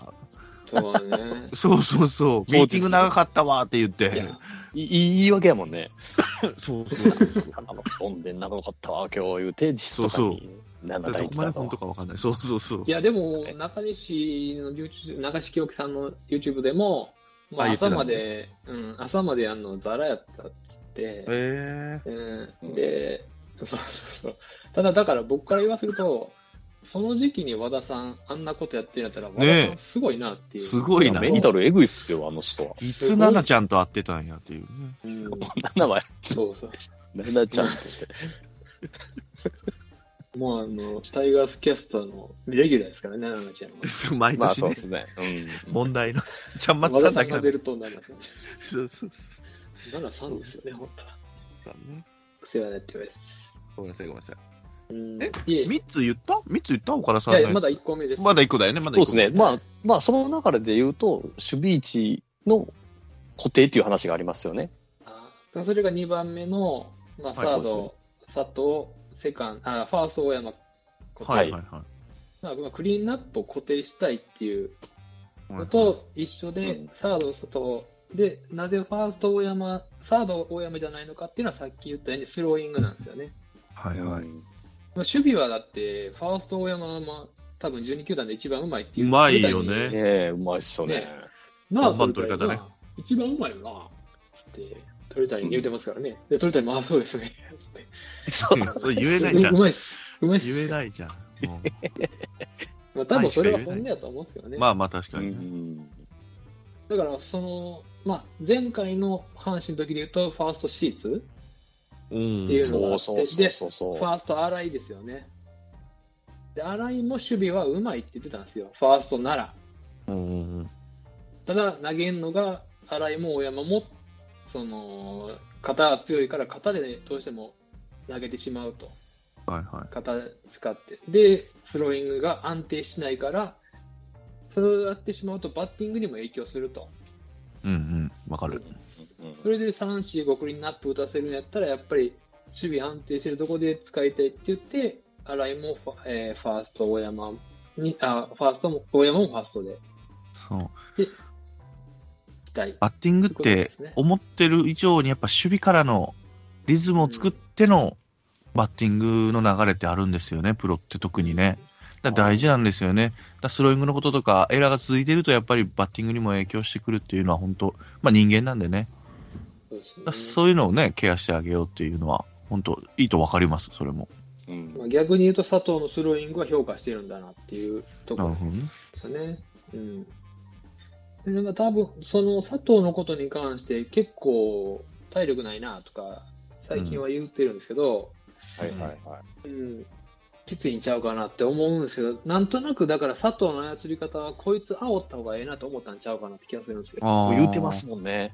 Speaker 3: そうね
Speaker 2: そうそうそう。ミーティング長かったわって言っ
Speaker 3: い
Speaker 2: て
Speaker 3: や。
Speaker 1: い言い訳やもんね。
Speaker 2: そうそうそうそう。
Speaker 1: あの、飲んで長かったわ、今日言うて、実
Speaker 2: そ
Speaker 1: 際
Speaker 2: う
Speaker 1: に7
Speaker 2: ど
Speaker 1: 対
Speaker 2: こま
Speaker 1: 1
Speaker 2: で
Speaker 1: だと
Speaker 2: 本当かわかんない。そうそうそう
Speaker 3: い。や、でも、中西の YouTube、中西清樹さんの YouTube でも、ま
Speaker 2: あ
Speaker 3: あ、
Speaker 2: 言ってた
Speaker 3: 朝
Speaker 2: ん
Speaker 3: ま
Speaker 2: です
Speaker 3: で、うん、朝まであの、ザラやったっつって、
Speaker 2: え
Speaker 3: うん、で、そうそうそう。ただ、だから僕から言わせると、その時期に和田さん、あんなことやってるんやったら、和
Speaker 2: ねえ
Speaker 3: 田さんすごいなっ
Speaker 2: え
Speaker 3: ていう。
Speaker 2: すごいな。
Speaker 1: メンタルエグいっすよ、あの人は。
Speaker 2: いつ奈々ちゃんと会ってたんやっていうね。
Speaker 3: うん
Speaker 1: 7は、
Speaker 3: そうそう。
Speaker 1: 7ちゃんって。
Speaker 3: もうあの、タイガースキャスターのレギュラーですからね、奈々ちゃんは。
Speaker 2: そう 毎
Speaker 1: まあ、
Speaker 2: 年
Speaker 1: そう
Speaker 2: ね
Speaker 1: で。すね。うん。
Speaker 2: 問 題の。ちゃんまつ
Speaker 3: 和
Speaker 2: さ
Speaker 3: 田
Speaker 2: ん
Speaker 3: さ
Speaker 2: だ
Speaker 3: ん
Speaker 2: けな
Speaker 3: が
Speaker 2: んだ
Speaker 3: ベ
Speaker 2: け
Speaker 3: ルトになりますね。
Speaker 2: そうそうそう
Speaker 3: 奈良さんですよね、本当は。
Speaker 2: ね。
Speaker 3: 世話になってます。
Speaker 2: ごめんなさい、ごめんなさい。
Speaker 3: うん
Speaker 2: え
Speaker 3: いえ、
Speaker 2: 三つ言った三つ言った岡田さん
Speaker 3: い
Speaker 2: の
Speaker 3: やまだ1個目です。
Speaker 2: まだ一個だよね、ま
Speaker 1: そ
Speaker 2: だ
Speaker 1: う
Speaker 2: 一
Speaker 1: です
Speaker 2: 個
Speaker 1: ね。まあ、まあ、その中で言うと、守備位置の固定っていう話がありますよね。
Speaker 3: あーそれが2番目の、ま
Speaker 2: は
Speaker 3: あ、
Speaker 2: い
Speaker 3: サ
Speaker 1: そ
Speaker 3: ード、佐藤、セカンド、あファースト、大山、固定
Speaker 2: はいはいは
Speaker 3: まあまあクリーンナップを固定したいっていう
Speaker 2: い。
Speaker 3: のと一緒で、
Speaker 1: うん
Speaker 3: サード、佐藤、で、なぜファースト、大山、サード、大山じゃないのかっていうのはさっき言ったようにスローイングなんですよね。
Speaker 2: はいはい。
Speaker 3: まあ、守備はだって、ファースト、大山は、まあ、多分12球団で一番うまいっていう。
Speaker 2: うまいよね
Speaker 3: 球団に
Speaker 1: ええうまいっすよね。
Speaker 3: ねまあ、
Speaker 2: 4番取り方ね
Speaker 3: 一番うまいよな。つって、鳥谷に言うてますからね。で、鳥谷も、あ、そうですね。つって。
Speaker 1: そう
Speaker 2: うん それ言えないじゃ
Speaker 3: うんう。まいっす。うまいっす。
Speaker 2: 言えないじゃん。も
Speaker 3: まあ、多分それは本音だと思うんですけど
Speaker 2: う
Speaker 3: ね。
Speaker 2: まあまあ確か
Speaker 1: う
Speaker 2: に。
Speaker 1: ん。
Speaker 3: だから、その、まあ、前回の阪神の時で言うと、ファーストシーツ、
Speaker 2: うん。
Speaker 3: っていうの
Speaker 1: そうそうそうそうそう。
Speaker 3: ファースト新井ですよね。で、新井も守備はうまいって言ってたんですよ。ファーストなら。
Speaker 2: うんうん
Speaker 3: ただ、投げんのが、新井も大山も、その、肩が強いから、肩で、ね、どうしても投げてしまうと。
Speaker 2: はいは
Speaker 3: 肩使って、で、スローイングが安定しないから、それをやってしまうとバッティングにも影響すると、
Speaker 2: い。うんうん。わかる。
Speaker 1: うん
Speaker 3: それで3、4、5クリーンナップ打たせるんやったら、やっぱり守備安定してるとこで使いたいって言って、新井もファ,、えーファースト、大山にあ、ファーストも、大山もファーストで
Speaker 2: そう。
Speaker 3: 期待。
Speaker 2: バッティングっ
Speaker 3: ということで
Speaker 2: て
Speaker 3: すね
Speaker 2: 思ってる以上にやっぱ守備からのリズムを作ってのバッティングの流れってあるんですよね、プロって特にね。だから大事なんですよね。だからスローイングのこととかエラーが続いてるとやっぱりバッティングにも影響してくるっていうのは本当、まあ人間なんでね。
Speaker 3: そうですね
Speaker 2: だからそういうのをね、ケアしてあげようっていうのは本当いいとわかります、それも。
Speaker 1: うん
Speaker 3: まあ逆に言うと、佐藤のスローイングは評価してるんだなっていうとこ
Speaker 2: なる
Speaker 3: ろ
Speaker 2: ほどね。
Speaker 3: ですね。うん。で、まあ、多分その佐藤のことに関して、結構、体力ないなとか、最近は言ってるんですけど、
Speaker 1: はいはいはい。
Speaker 3: きついんちゃうかなって思うんですけど、なんとなくだから佐藤の操り方は、こいつ煽った方がええなと思ったんちゃうかなって気がするんですよ。
Speaker 2: あ
Speaker 1: そ
Speaker 2: ー
Speaker 1: う言うてますもんね。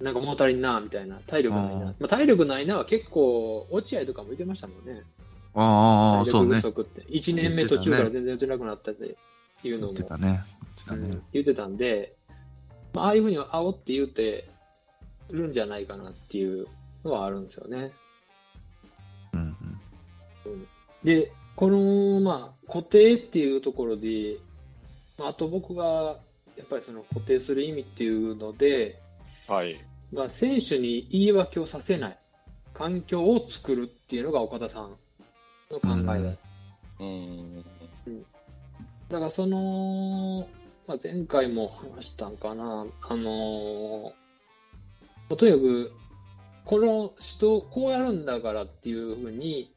Speaker 3: なんか物足りんなみたいな、体力ないな。
Speaker 2: あー
Speaker 3: まあ、体力ないなは結構、落合とかも言ってましたもんね。
Speaker 2: ああ、
Speaker 3: 体
Speaker 2: そう
Speaker 3: 力不
Speaker 2: ね。
Speaker 3: 足って。1年目途中から全然打てなくなったってい
Speaker 2: 言
Speaker 3: うの
Speaker 2: っ
Speaker 3: も
Speaker 2: てたね。言ってたね。
Speaker 3: 言ってたんで、まあああいうふうに煽って言うてるんじゃないかなっていうのはあるんですよね。
Speaker 2: うんうん。
Speaker 3: で、この、まあ、固定っていうところで、まあ、あと僕がやっぱりその固定する意味っていうので、
Speaker 1: はい。
Speaker 3: まあ、選手に言い訳をさせない環境を作るっていうのが岡田さんの考え
Speaker 2: う
Speaker 3: だ
Speaker 2: ん
Speaker 1: うん。
Speaker 3: だからその、まあ、前回も話したんかな、あのーまあとにかくこの人、こうやるんだからっていうふうに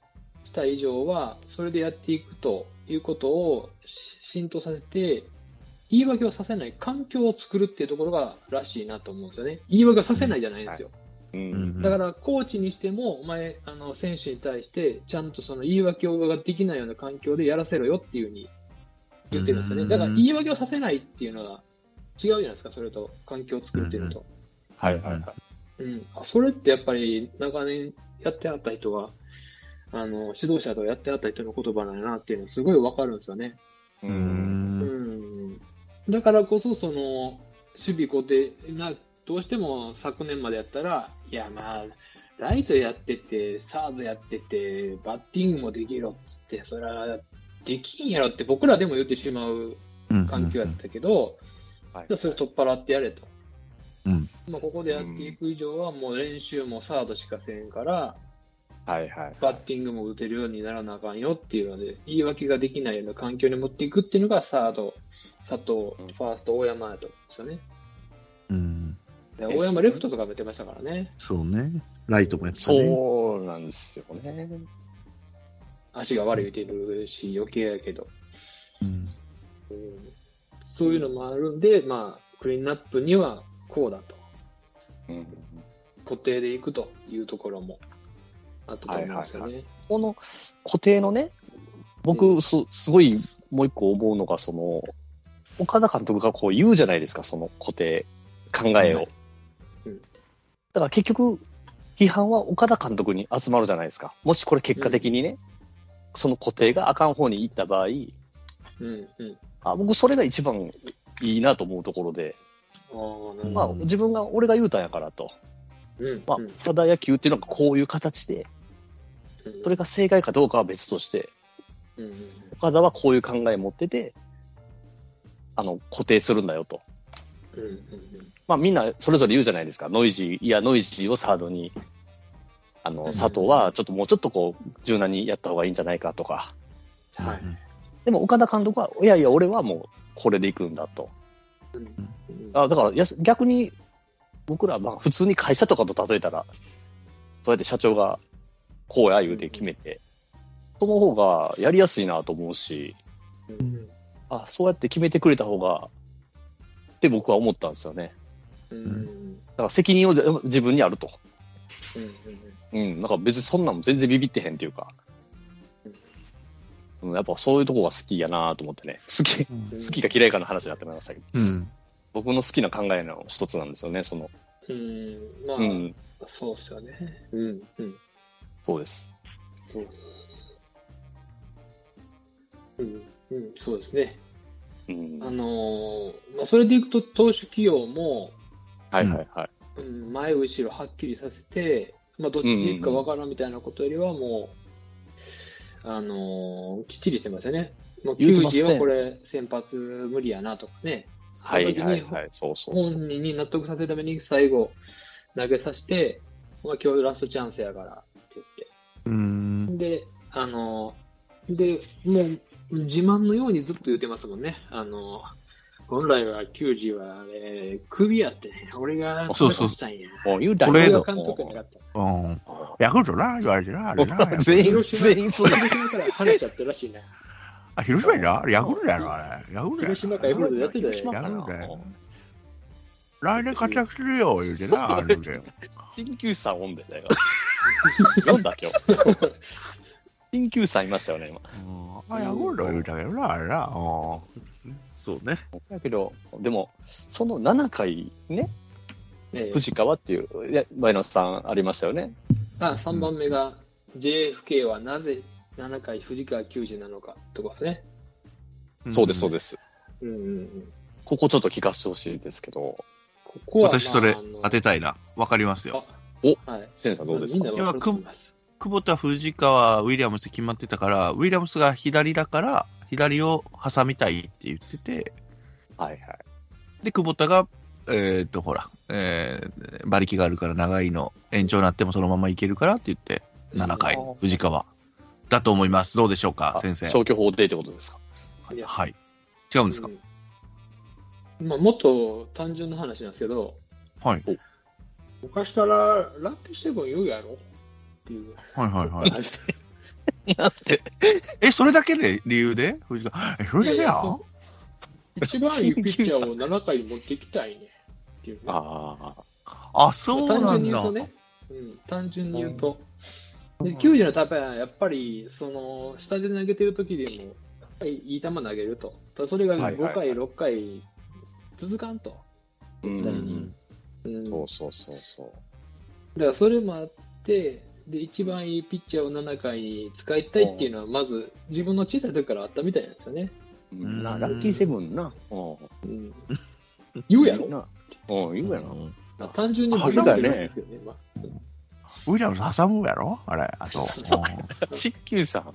Speaker 3: した以上は、それでやっていくということをし浸透させて、言い訳をさせない環境を作るっていうところがらしいなと思うんですよね。言い訳をさせないじゃないんですよ。
Speaker 1: う。
Speaker 2: うんん
Speaker 3: だから、コーチにしても、お前、あの、選手に対して、ちゃんとその言い訳ができないような環境でやらせろよっていうふうに言ってるんですよ
Speaker 2: う
Speaker 3: ね。
Speaker 2: ん
Speaker 3: だから、言い訳をさせないっていうのは違うじゃないですか、それと、環境を作るっていうのと。
Speaker 1: はいはいはい。
Speaker 3: うん、それってやっぱり長年やってあった人が、あの指導者とやってあった人の言葉なんやなっていうのはすごいわかるんですよね。
Speaker 1: う。
Speaker 2: うん
Speaker 3: うんん、だからこそ、その守備固定な、どうしても昨年までやったら、いや、まあ、ライトやってて、サードやってて、バッティングもできろっつって、それはできんやろって僕らでも言ってしまう環境やったけど、
Speaker 1: はい
Speaker 3: じゃあそれ取っ払ってやれと。
Speaker 2: うん
Speaker 3: まあ、ここでやっていく以上は、もう練習もサードしかせんから、
Speaker 1: はいはい。
Speaker 3: バッティングも打てるようにならなあかんよっていうので、言い訳ができないような環境に持っていくっていうのが、サード、佐
Speaker 1: うん
Speaker 3: 藤、ファースト、大山やと思うんですよね。
Speaker 2: うん
Speaker 3: で
Speaker 1: です
Speaker 3: 大山レフトとか見てましたからね、
Speaker 2: そうね。ライトもやってたね。
Speaker 1: そうなんですよね。
Speaker 3: 足が悪いてるし、余計やけど、
Speaker 2: うん。
Speaker 3: うんそういうのもあるんで、まあ、クリーンナップにはこうだと、
Speaker 1: うん。
Speaker 3: 固定でいくというところもあったと思うんですよね。
Speaker 1: はいこの固定のね、僕す、すごいもう一個思うのが、その、岡田監督がこう言うじゃないですか、その固定、考えを。
Speaker 3: うん
Speaker 1: だから結局、批判は岡田監督に集まるじゃないですか。もしこれ結果的にね、その固定があかん方に行った場合、
Speaker 3: うんうん
Speaker 1: あ僕それが一番いいなと思うところで、
Speaker 3: ああ、なるほど。
Speaker 1: まあ
Speaker 2: うん
Speaker 1: 自分が、俺が言うたんやからと。
Speaker 3: うん
Speaker 1: まあ
Speaker 3: うん、
Speaker 1: ただ野球っていうのがこういう形で、それが正解かどうかは別として、
Speaker 3: うんうん
Speaker 1: 岡田はこういう考え持ってて、あの、固定するんだよと。
Speaker 3: うんうん
Speaker 1: まあみんなそれぞれ言うじゃないですか。ノイジー、いや、ノイジーをサードに、あ
Speaker 3: ん
Speaker 1: の、佐藤はちょっともうちょっとこう、柔軟にやった方がいいんじゃないかとか。
Speaker 3: うんはい。
Speaker 1: でも岡田監督は、いやいや、俺はもうこれで行くんだと。
Speaker 3: うん
Speaker 1: あだからやす逆に、僕らまあ普通に会社とかと例えたら、そうやって社長がこうや言うて決めて、その方がやりやすいなと思うし、
Speaker 3: うん
Speaker 1: あ、そうやって決めてくれた方が、って僕は思ったんですよね。
Speaker 3: うんうん
Speaker 1: だから責任をじゃ自分にあると。
Speaker 3: うん
Speaker 1: うん。なんか別にそんなんも全然ビビってへんっていうか。うん、やっぱそういうとこが好きやなと思ってね。好き、好
Speaker 3: うん
Speaker 1: きか嫌いかの話になってまいりましたけど。
Speaker 2: うん。
Speaker 1: 僕の好きな考えの一つなんですよね、その。
Speaker 3: うんまあ、
Speaker 1: うん。
Speaker 3: そうっすよね。うん、うん、
Speaker 1: そうです。
Speaker 3: そう。うん、うん、そうですね。
Speaker 1: うん。
Speaker 3: あ
Speaker 1: はい
Speaker 3: のーまあ、それでいくと、投手起用も、
Speaker 1: はいはい。
Speaker 3: うん、前、後ろはっきりさせて、まあ、どっちでいくかわからんみたいなことよりは、もう、あのーきっちりしてますよね。もう
Speaker 1: 言うてますね
Speaker 3: 90はこれ、先発無理やなとかね。
Speaker 1: はいはいはい。そうそうそう。
Speaker 3: 本人に納得させるために最後投げさせて、まあ、今日ラストチャンスやからって
Speaker 2: うん
Speaker 3: 言って。で、あの、で、もう自慢のようにずっと言ってますもんね。あの、本来は球児は、えー、首やってね、俺が
Speaker 2: そうそう
Speaker 3: 出したんや。
Speaker 1: もう言うだ
Speaker 2: トレ
Speaker 1: け
Speaker 2: ー
Speaker 3: 俺
Speaker 2: ド
Speaker 3: が
Speaker 1: の
Speaker 3: 監督になった。
Speaker 2: うん。ヤクルトな、言われてな、あれな。
Speaker 1: 全員、
Speaker 3: 広島
Speaker 1: 全員そう。
Speaker 3: 広島から離れちゃったらしいな。
Speaker 2: あ、広島やな、ヤクルトやろ、あれ。ヤクルトやろ。
Speaker 3: 広島かヤクルトやってたよ。
Speaker 1: 島
Speaker 2: や
Speaker 1: かな
Speaker 2: るんだよ。来年活躍するよ、言うてな、あれで。
Speaker 1: 鍼灸師さんおんでね。読んだ今日。鍼灸師さんいましたよね、今。
Speaker 2: うんあ、ヤクルト言うたけどな、あれな。うんそうね。
Speaker 1: だけど、でも、その7回ね、
Speaker 3: ええ
Speaker 1: 藤川っていう、いや前野さんありましたよね。
Speaker 3: あ、3番目が、JFK はなぜ7回藤川球児なのかってことですね。
Speaker 1: そうです、そう
Speaker 2: で
Speaker 1: です。
Speaker 3: うんうんうん
Speaker 1: ここちょっと聞かせてほしいですけど、
Speaker 3: ここは、
Speaker 2: 私それ
Speaker 3: まああの
Speaker 2: 当てたいな。わかりますよ。
Speaker 3: あはい。
Speaker 1: センさんどうです
Speaker 3: みん
Speaker 1: か
Speaker 3: なわかると思います。
Speaker 2: 久保田、藤川、ウィリアムスって決まってたから、ウィリアムスが左だから、左を挟みたいって言ってて、
Speaker 1: はいはい。
Speaker 2: で、久保田が、えーっと、ほら、えー馬力があるから長いの、延長になってもそのままいけるからって言って、7回
Speaker 1: あー、
Speaker 2: 藤川。だと思います。どうでしょうか
Speaker 1: あ、
Speaker 2: 先生。
Speaker 1: 消去法でってことですか。
Speaker 3: いや
Speaker 2: はい。違うんですか、
Speaker 3: うんまあ、もっと単純な話なんですけど、
Speaker 2: はい。
Speaker 3: 昔からラッテしても言うやろっていう。
Speaker 2: はいはいはい。
Speaker 1: なんて、
Speaker 2: え、それだけで理由で藤川え、それだけ
Speaker 3: いやいや
Speaker 2: や
Speaker 3: そう一番いいピッチャーを7回持っていきたいねっていうね。
Speaker 1: ああ、
Speaker 2: あ、そうな
Speaker 3: 単
Speaker 2: ん
Speaker 3: 純に言う
Speaker 2: だ
Speaker 3: と。ね、うん、単純に言うと、で球児のタイプはやっぱりその下で投げてる時でも、やっぱりいい球投げると、ただそれが
Speaker 1: はいは
Speaker 3: 5
Speaker 1: いはい
Speaker 3: 回、6回続かんと、
Speaker 1: う
Speaker 3: 絶対に
Speaker 1: ん、
Speaker 3: うんだ
Speaker 1: そ
Speaker 3: か
Speaker 1: うそうそうそう。
Speaker 3: らそれもあって、で一番いいピッチャーを7回に使いたいっていうのは、まず自分の小さい時からあったみたいなんですよね。
Speaker 2: ん
Speaker 1: なラッキーセブンな。うん
Speaker 3: うん、言うやろ
Speaker 1: な。うん、言うやろ。
Speaker 3: 単純に
Speaker 1: あれ
Speaker 3: 僕
Speaker 1: だね
Speaker 3: は言うですけどね。まあ
Speaker 2: ウィリアムズ挟むやろあれ、あと。
Speaker 1: ちっきゅうさん、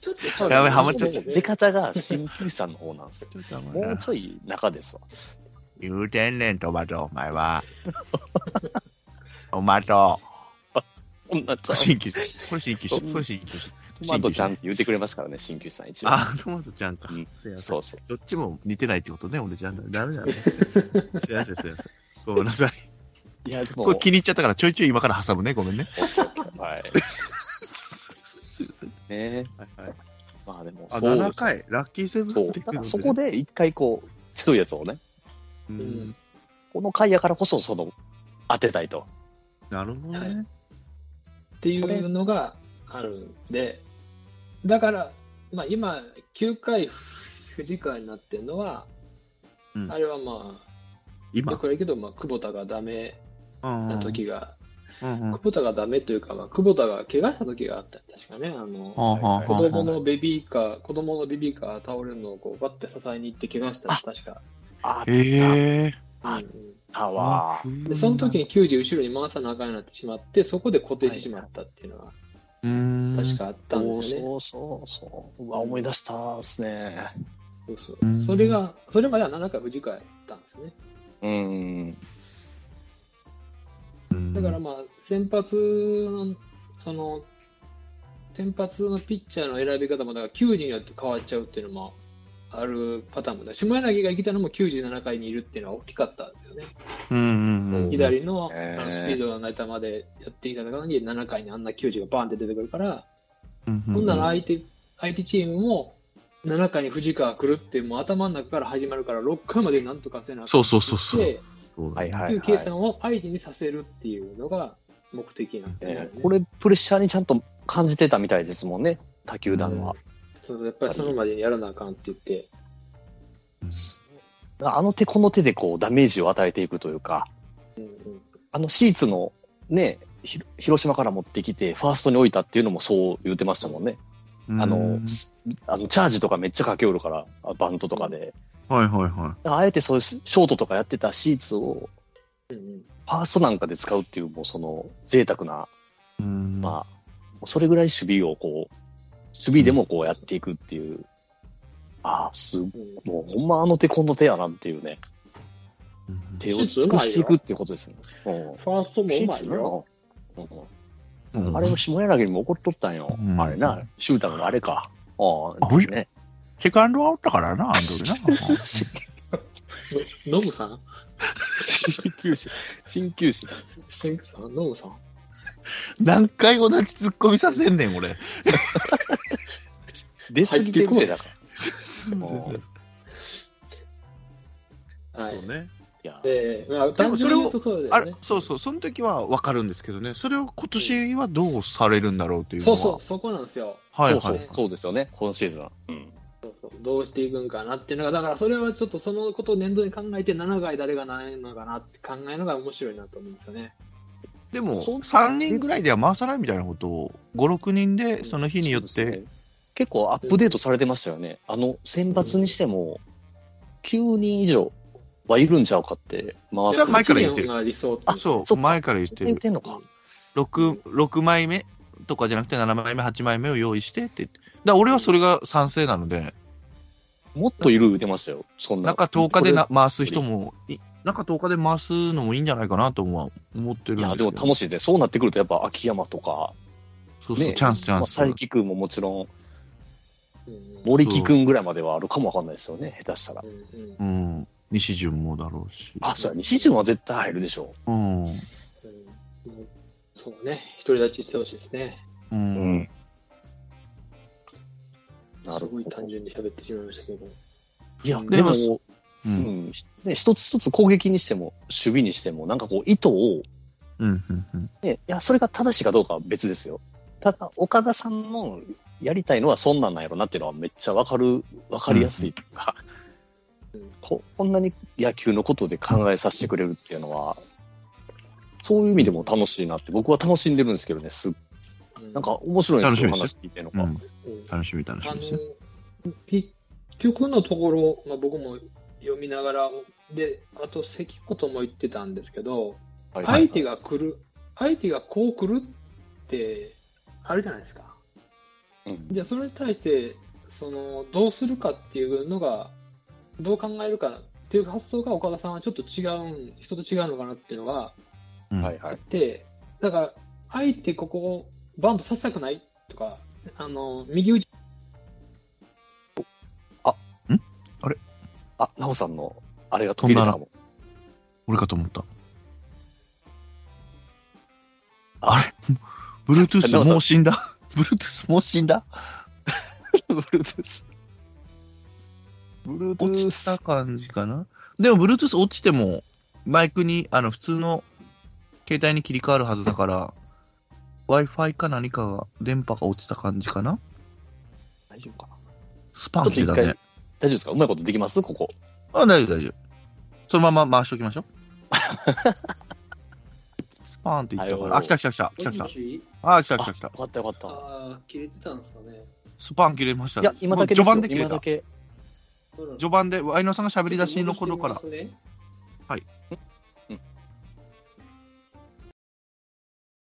Speaker 3: ちょ っとちゃう
Speaker 2: やべハマっちゃった
Speaker 1: 出方が新旧さんの方なんですよ。も
Speaker 2: も
Speaker 1: う
Speaker 2: う
Speaker 1: ちょい中ですわ。
Speaker 2: 言うてんねん、トマト、お前は。トマト。
Speaker 1: そんなちゃ
Speaker 2: これ
Speaker 1: ん
Speaker 2: 新旧種。これ新旧種。これ新旧種。
Speaker 1: トマトちゃんって言ってくれますからね、新旧さん一番。
Speaker 2: あ、トマトちゃんか
Speaker 1: うん。
Speaker 2: すいません
Speaker 1: そうそう。
Speaker 2: どっちも似てないってことね、俺じゃん。ダメだね。すいません、すいません。ごめんなさい。
Speaker 1: いや、でも、
Speaker 2: こ
Speaker 1: は
Speaker 2: れ気に入っちゃったからちょいちょい今から挟むね、ごめんね。
Speaker 1: い。
Speaker 2: すいません。
Speaker 1: ね
Speaker 2: はいはい。
Speaker 1: まあでも、
Speaker 2: あ、
Speaker 1: そう
Speaker 2: 7回、ラッキーセブン
Speaker 1: そう。
Speaker 2: って
Speaker 1: だ
Speaker 2: くる
Speaker 1: か
Speaker 2: の
Speaker 1: らそこ
Speaker 2: で
Speaker 1: で一回こう、強いやつをね、
Speaker 2: ね。うん
Speaker 1: この回やからこそ、その、当てたいと。
Speaker 2: なるほどね。
Speaker 3: っていうのがあるんで、だから、まあ、今、9回藤川になってるのは、
Speaker 2: うん
Speaker 3: あれはまあ、
Speaker 2: 今
Speaker 3: よ。くあるけど、まあ、久保田がダメ
Speaker 2: うんう
Speaker 3: なん時が、
Speaker 2: うんうん
Speaker 3: 久保田がダメというか、まあ、久保田が怪我した時があったんですかね、あの、
Speaker 1: は
Speaker 3: 子
Speaker 1: い
Speaker 3: 供のベビーカー、子供のベビーカー倒れるのをこうバッて支えに行って怪我したの確か。
Speaker 1: あっ
Speaker 2: ええ
Speaker 1: あ
Speaker 3: うん
Speaker 1: たわ。
Speaker 3: でその時に90後ろに回さなあかんようになってしまって、そこで固定してしまったっていうのが
Speaker 2: うん
Speaker 3: 確かあったんですよね。
Speaker 1: そうそうそう。うわ、思い出したっすね。
Speaker 3: そうそう
Speaker 2: うん
Speaker 3: それが、それまでは7回藤川やったんですね。
Speaker 1: うん。
Speaker 2: うん
Speaker 3: だからまあ、先発の、その、先発のピッチャーの選び方も、だから球児によって変わっちゃうっていうのもあるパターンもだ。下柳が生きたのも97回にいるっていうのは大きかったんですよね。
Speaker 2: うんうんうん
Speaker 3: 左のあ
Speaker 1: ね
Speaker 3: のスピードがない球でやってきたのに、7回にあんな球児がバーンって出てくるから、
Speaker 2: うんうん
Speaker 3: ほんなら相手、相手チームも、7回に藤川来るって、もう頭の中から始まるから、6回までなんとかせなあかん
Speaker 2: そうそうそうそう
Speaker 3: で
Speaker 2: そう
Speaker 1: はいは
Speaker 3: とい
Speaker 1: いう
Speaker 3: 計
Speaker 1: は
Speaker 3: 算を相手にさせるっていうのが目的なん
Speaker 1: い。
Speaker 3: ですよ
Speaker 1: ね
Speaker 3: ね。
Speaker 1: これ、プレッシャーにちゃんと感じてたみたいですもんね、他球団は。
Speaker 3: そうそうやっぱりそのまでにやらなあかんって言って、
Speaker 1: あの手この手でこうダメージを与えていくというか、
Speaker 3: うんうん
Speaker 1: あのシーツのね、ひろ広島から持ってきて、ファーストに置いたっていうのもそう言ってましたもんね。あの
Speaker 2: うん、
Speaker 1: あのチャージとかめっちゃかけおるから、あバントとかで。
Speaker 2: はいはいは
Speaker 1: あえてそういうショートとかやってたシーツを、
Speaker 3: うん
Speaker 1: ファーストなんかで使うっていう、もうその贅沢な、
Speaker 2: いうん
Speaker 1: まあ、それぐらい守備をこう、守備でもこうやっていくっていう。ああ、す、
Speaker 3: うん
Speaker 1: もうほんまあの手この手やなっていうね。
Speaker 2: うん
Speaker 1: 手を尽くしていくっていうことですよね。
Speaker 3: ファーストもうまいよ。
Speaker 1: うんうん
Speaker 2: うん
Speaker 1: あれも下柳にも怒っとったんよ。
Speaker 2: うん
Speaker 1: あれな、シューターのあれか。あ
Speaker 2: あぶ
Speaker 1: あ、
Speaker 2: い
Speaker 1: ね。
Speaker 2: セカンドはおったからなあの時な
Speaker 3: ノブさん
Speaker 1: 新球師、新球師なんですよ。
Speaker 3: シェンクさんノブさん
Speaker 2: 何回同じツッコミさせんねん俺
Speaker 1: 出過ぎてる
Speaker 3: 入ってこい
Speaker 1: 手だから。ん
Speaker 2: そう
Speaker 3: はい。
Speaker 2: ね
Speaker 1: いや、
Speaker 3: で、まあ、単純に言うとそうだ
Speaker 2: あ
Speaker 3: よ
Speaker 2: れ
Speaker 3: ね。
Speaker 2: そうそうその時は分かるんですけどねそれを今年はどうされるんだろうというの
Speaker 3: そう
Speaker 2: は
Speaker 3: そう、そこなんですよ。
Speaker 2: はい
Speaker 1: そう
Speaker 2: は
Speaker 1: そ、
Speaker 2: いう
Speaker 1: そうですよね、今シーズン。うん。
Speaker 3: そうそうどうしていくんかなっていうのが、だからそれはちょっとそのことを念頭に考えて、7回誰がないのかなって考えるのが面白いなと思うんですよね。
Speaker 2: でも
Speaker 1: そう
Speaker 2: 3人ぐらいでは回さないみたいなことを56人でその日によっ
Speaker 1: そうです
Speaker 2: て
Speaker 1: ね結構アップデートされてましたよね。あの、選抜にしても、9人以上はいるんちゃうかって、回
Speaker 2: それ
Speaker 1: す
Speaker 2: は。前から言ってる
Speaker 3: 期限が理想って
Speaker 2: あそ
Speaker 1: そうっか
Speaker 2: 前から言って
Speaker 1: 言
Speaker 2: る
Speaker 1: ってんのか。
Speaker 2: 6, 6枚目とかじゃなくて7枚目8枚目を用意してって言ってだから俺はそれが賛成なので
Speaker 1: もっといる言ってましたよ、そんな。
Speaker 2: 中10日でな回す人もい中10日で回すのもいいんじゃないかなとも思ってるん
Speaker 1: い
Speaker 2: です
Speaker 1: や、
Speaker 2: け
Speaker 1: で
Speaker 2: ど
Speaker 1: も楽しいですね。そうなってくると、やっぱ秋山とか、
Speaker 2: そうそう、
Speaker 1: ね、
Speaker 2: チャンスチャ
Speaker 1: まあ
Speaker 2: ンス、
Speaker 1: 佐伯君ももちろん、
Speaker 3: うんうん
Speaker 1: 森木君ぐらいまではあるかもわかんないですよね、下手したら
Speaker 3: う。んうん
Speaker 2: うん西潤もだろうし。
Speaker 1: あ、そうや、西潤は絶対入るでしょ
Speaker 2: うん。
Speaker 3: うんもうそうね、独り立ちしてほしいですね。
Speaker 2: う
Speaker 1: う。
Speaker 2: ん。。
Speaker 1: な
Speaker 3: す
Speaker 1: るほ
Speaker 3: ごい
Speaker 1: ど。
Speaker 3: 単純に喋ってしまいましたけど。
Speaker 1: いや、
Speaker 3: で
Speaker 1: でも、
Speaker 2: う。
Speaker 1: うんん、ね、一つ一つ攻撃にしても、守備にしても、なんかこう、意図を、
Speaker 2: うん。うん。
Speaker 1: ね、いや、それが正しいかどうかは別ですよ。ただ、岡田さんのやりたいのはそんなんなんやろなっていうのはめっちゃわかる、わかりやすいというか、こ、こんなに野球のことで考えさせてくれるっていうのは、そういう意味でも楽しいなって、僕は楽しんでるんですけどね、すっ
Speaker 3: うん
Speaker 1: なんか、面白いんですよ、
Speaker 2: 楽
Speaker 1: 話聞いてるの
Speaker 2: う
Speaker 1: が。
Speaker 2: ん。
Speaker 3: うん
Speaker 2: 楽しみ、楽し
Speaker 3: あ
Speaker 2: みですよ。
Speaker 3: の結局のところ、まあ、僕も読みながら、で、あと関ことも言ってたんですけど、
Speaker 1: はい
Speaker 3: 相手が来る、相手がこう来るって、あるじゃないですか。
Speaker 1: うん
Speaker 3: じゃあ、それに対して、その、どうするかっていうのが、どう考えるかっていう発想が岡田さんはちょっと違うん、人と違うのかなっていうのが
Speaker 2: うん
Speaker 1: はいは
Speaker 3: あっ
Speaker 1: い。
Speaker 3: て、だから、相手ここをバントさせたくないとか、あの、右打ち
Speaker 1: あ、なおさんの、あれが途切れたかも。
Speaker 2: 俺かと思った。あれ ?Bluetooth もう死んだ ?Bluetooth もう死んだ
Speaker 1: Bluetooth。
Speaker 2: 落ちた
Speaker 1: Bluetooth。
Speaker 2: 感じかなでも Bluetooth 落ちてもマイクにあの普通の携帯に切り替わるはずだから Wi-Fi か何かが電波が落ちた感じかな
Speaker 1: 大丈夫かな
Speaker 2: スパンしてた
Speaker 1: ちょっと一大
Speaker 2: ね。
Speaker 1: 丈夫ですかうまいことできますここ。
Speaker 2: あ、大丈夫大丈夫。そのまま回しておきましょう。 スパーンっていったか
Speaker 1: はい
Speaker 2: ら。あ、来た来た来た。来た来た
Speaker 3: も。し
Speaker 2: あ、来た
Speaker 1: あ
Speaker 2: 来た来た
Speaker 1: よ。かったよかった。
Speaker 3: ああ、切れてたんですかね。
Speaker 2: スパーン切れました。
Speaker 1: いや、今だけです
Speaker 2: 序
Speaker 1: よ
Speaker 2: 盤で切れ
Speaker 1: 今だ
Speaker 2: た。
Speaker 1: け。
Speaker 2: 序盤で、ワイノさんが喋り出しの頃から。
Speaker 3: ちょっと戻してみますね
Speaker 2: はい。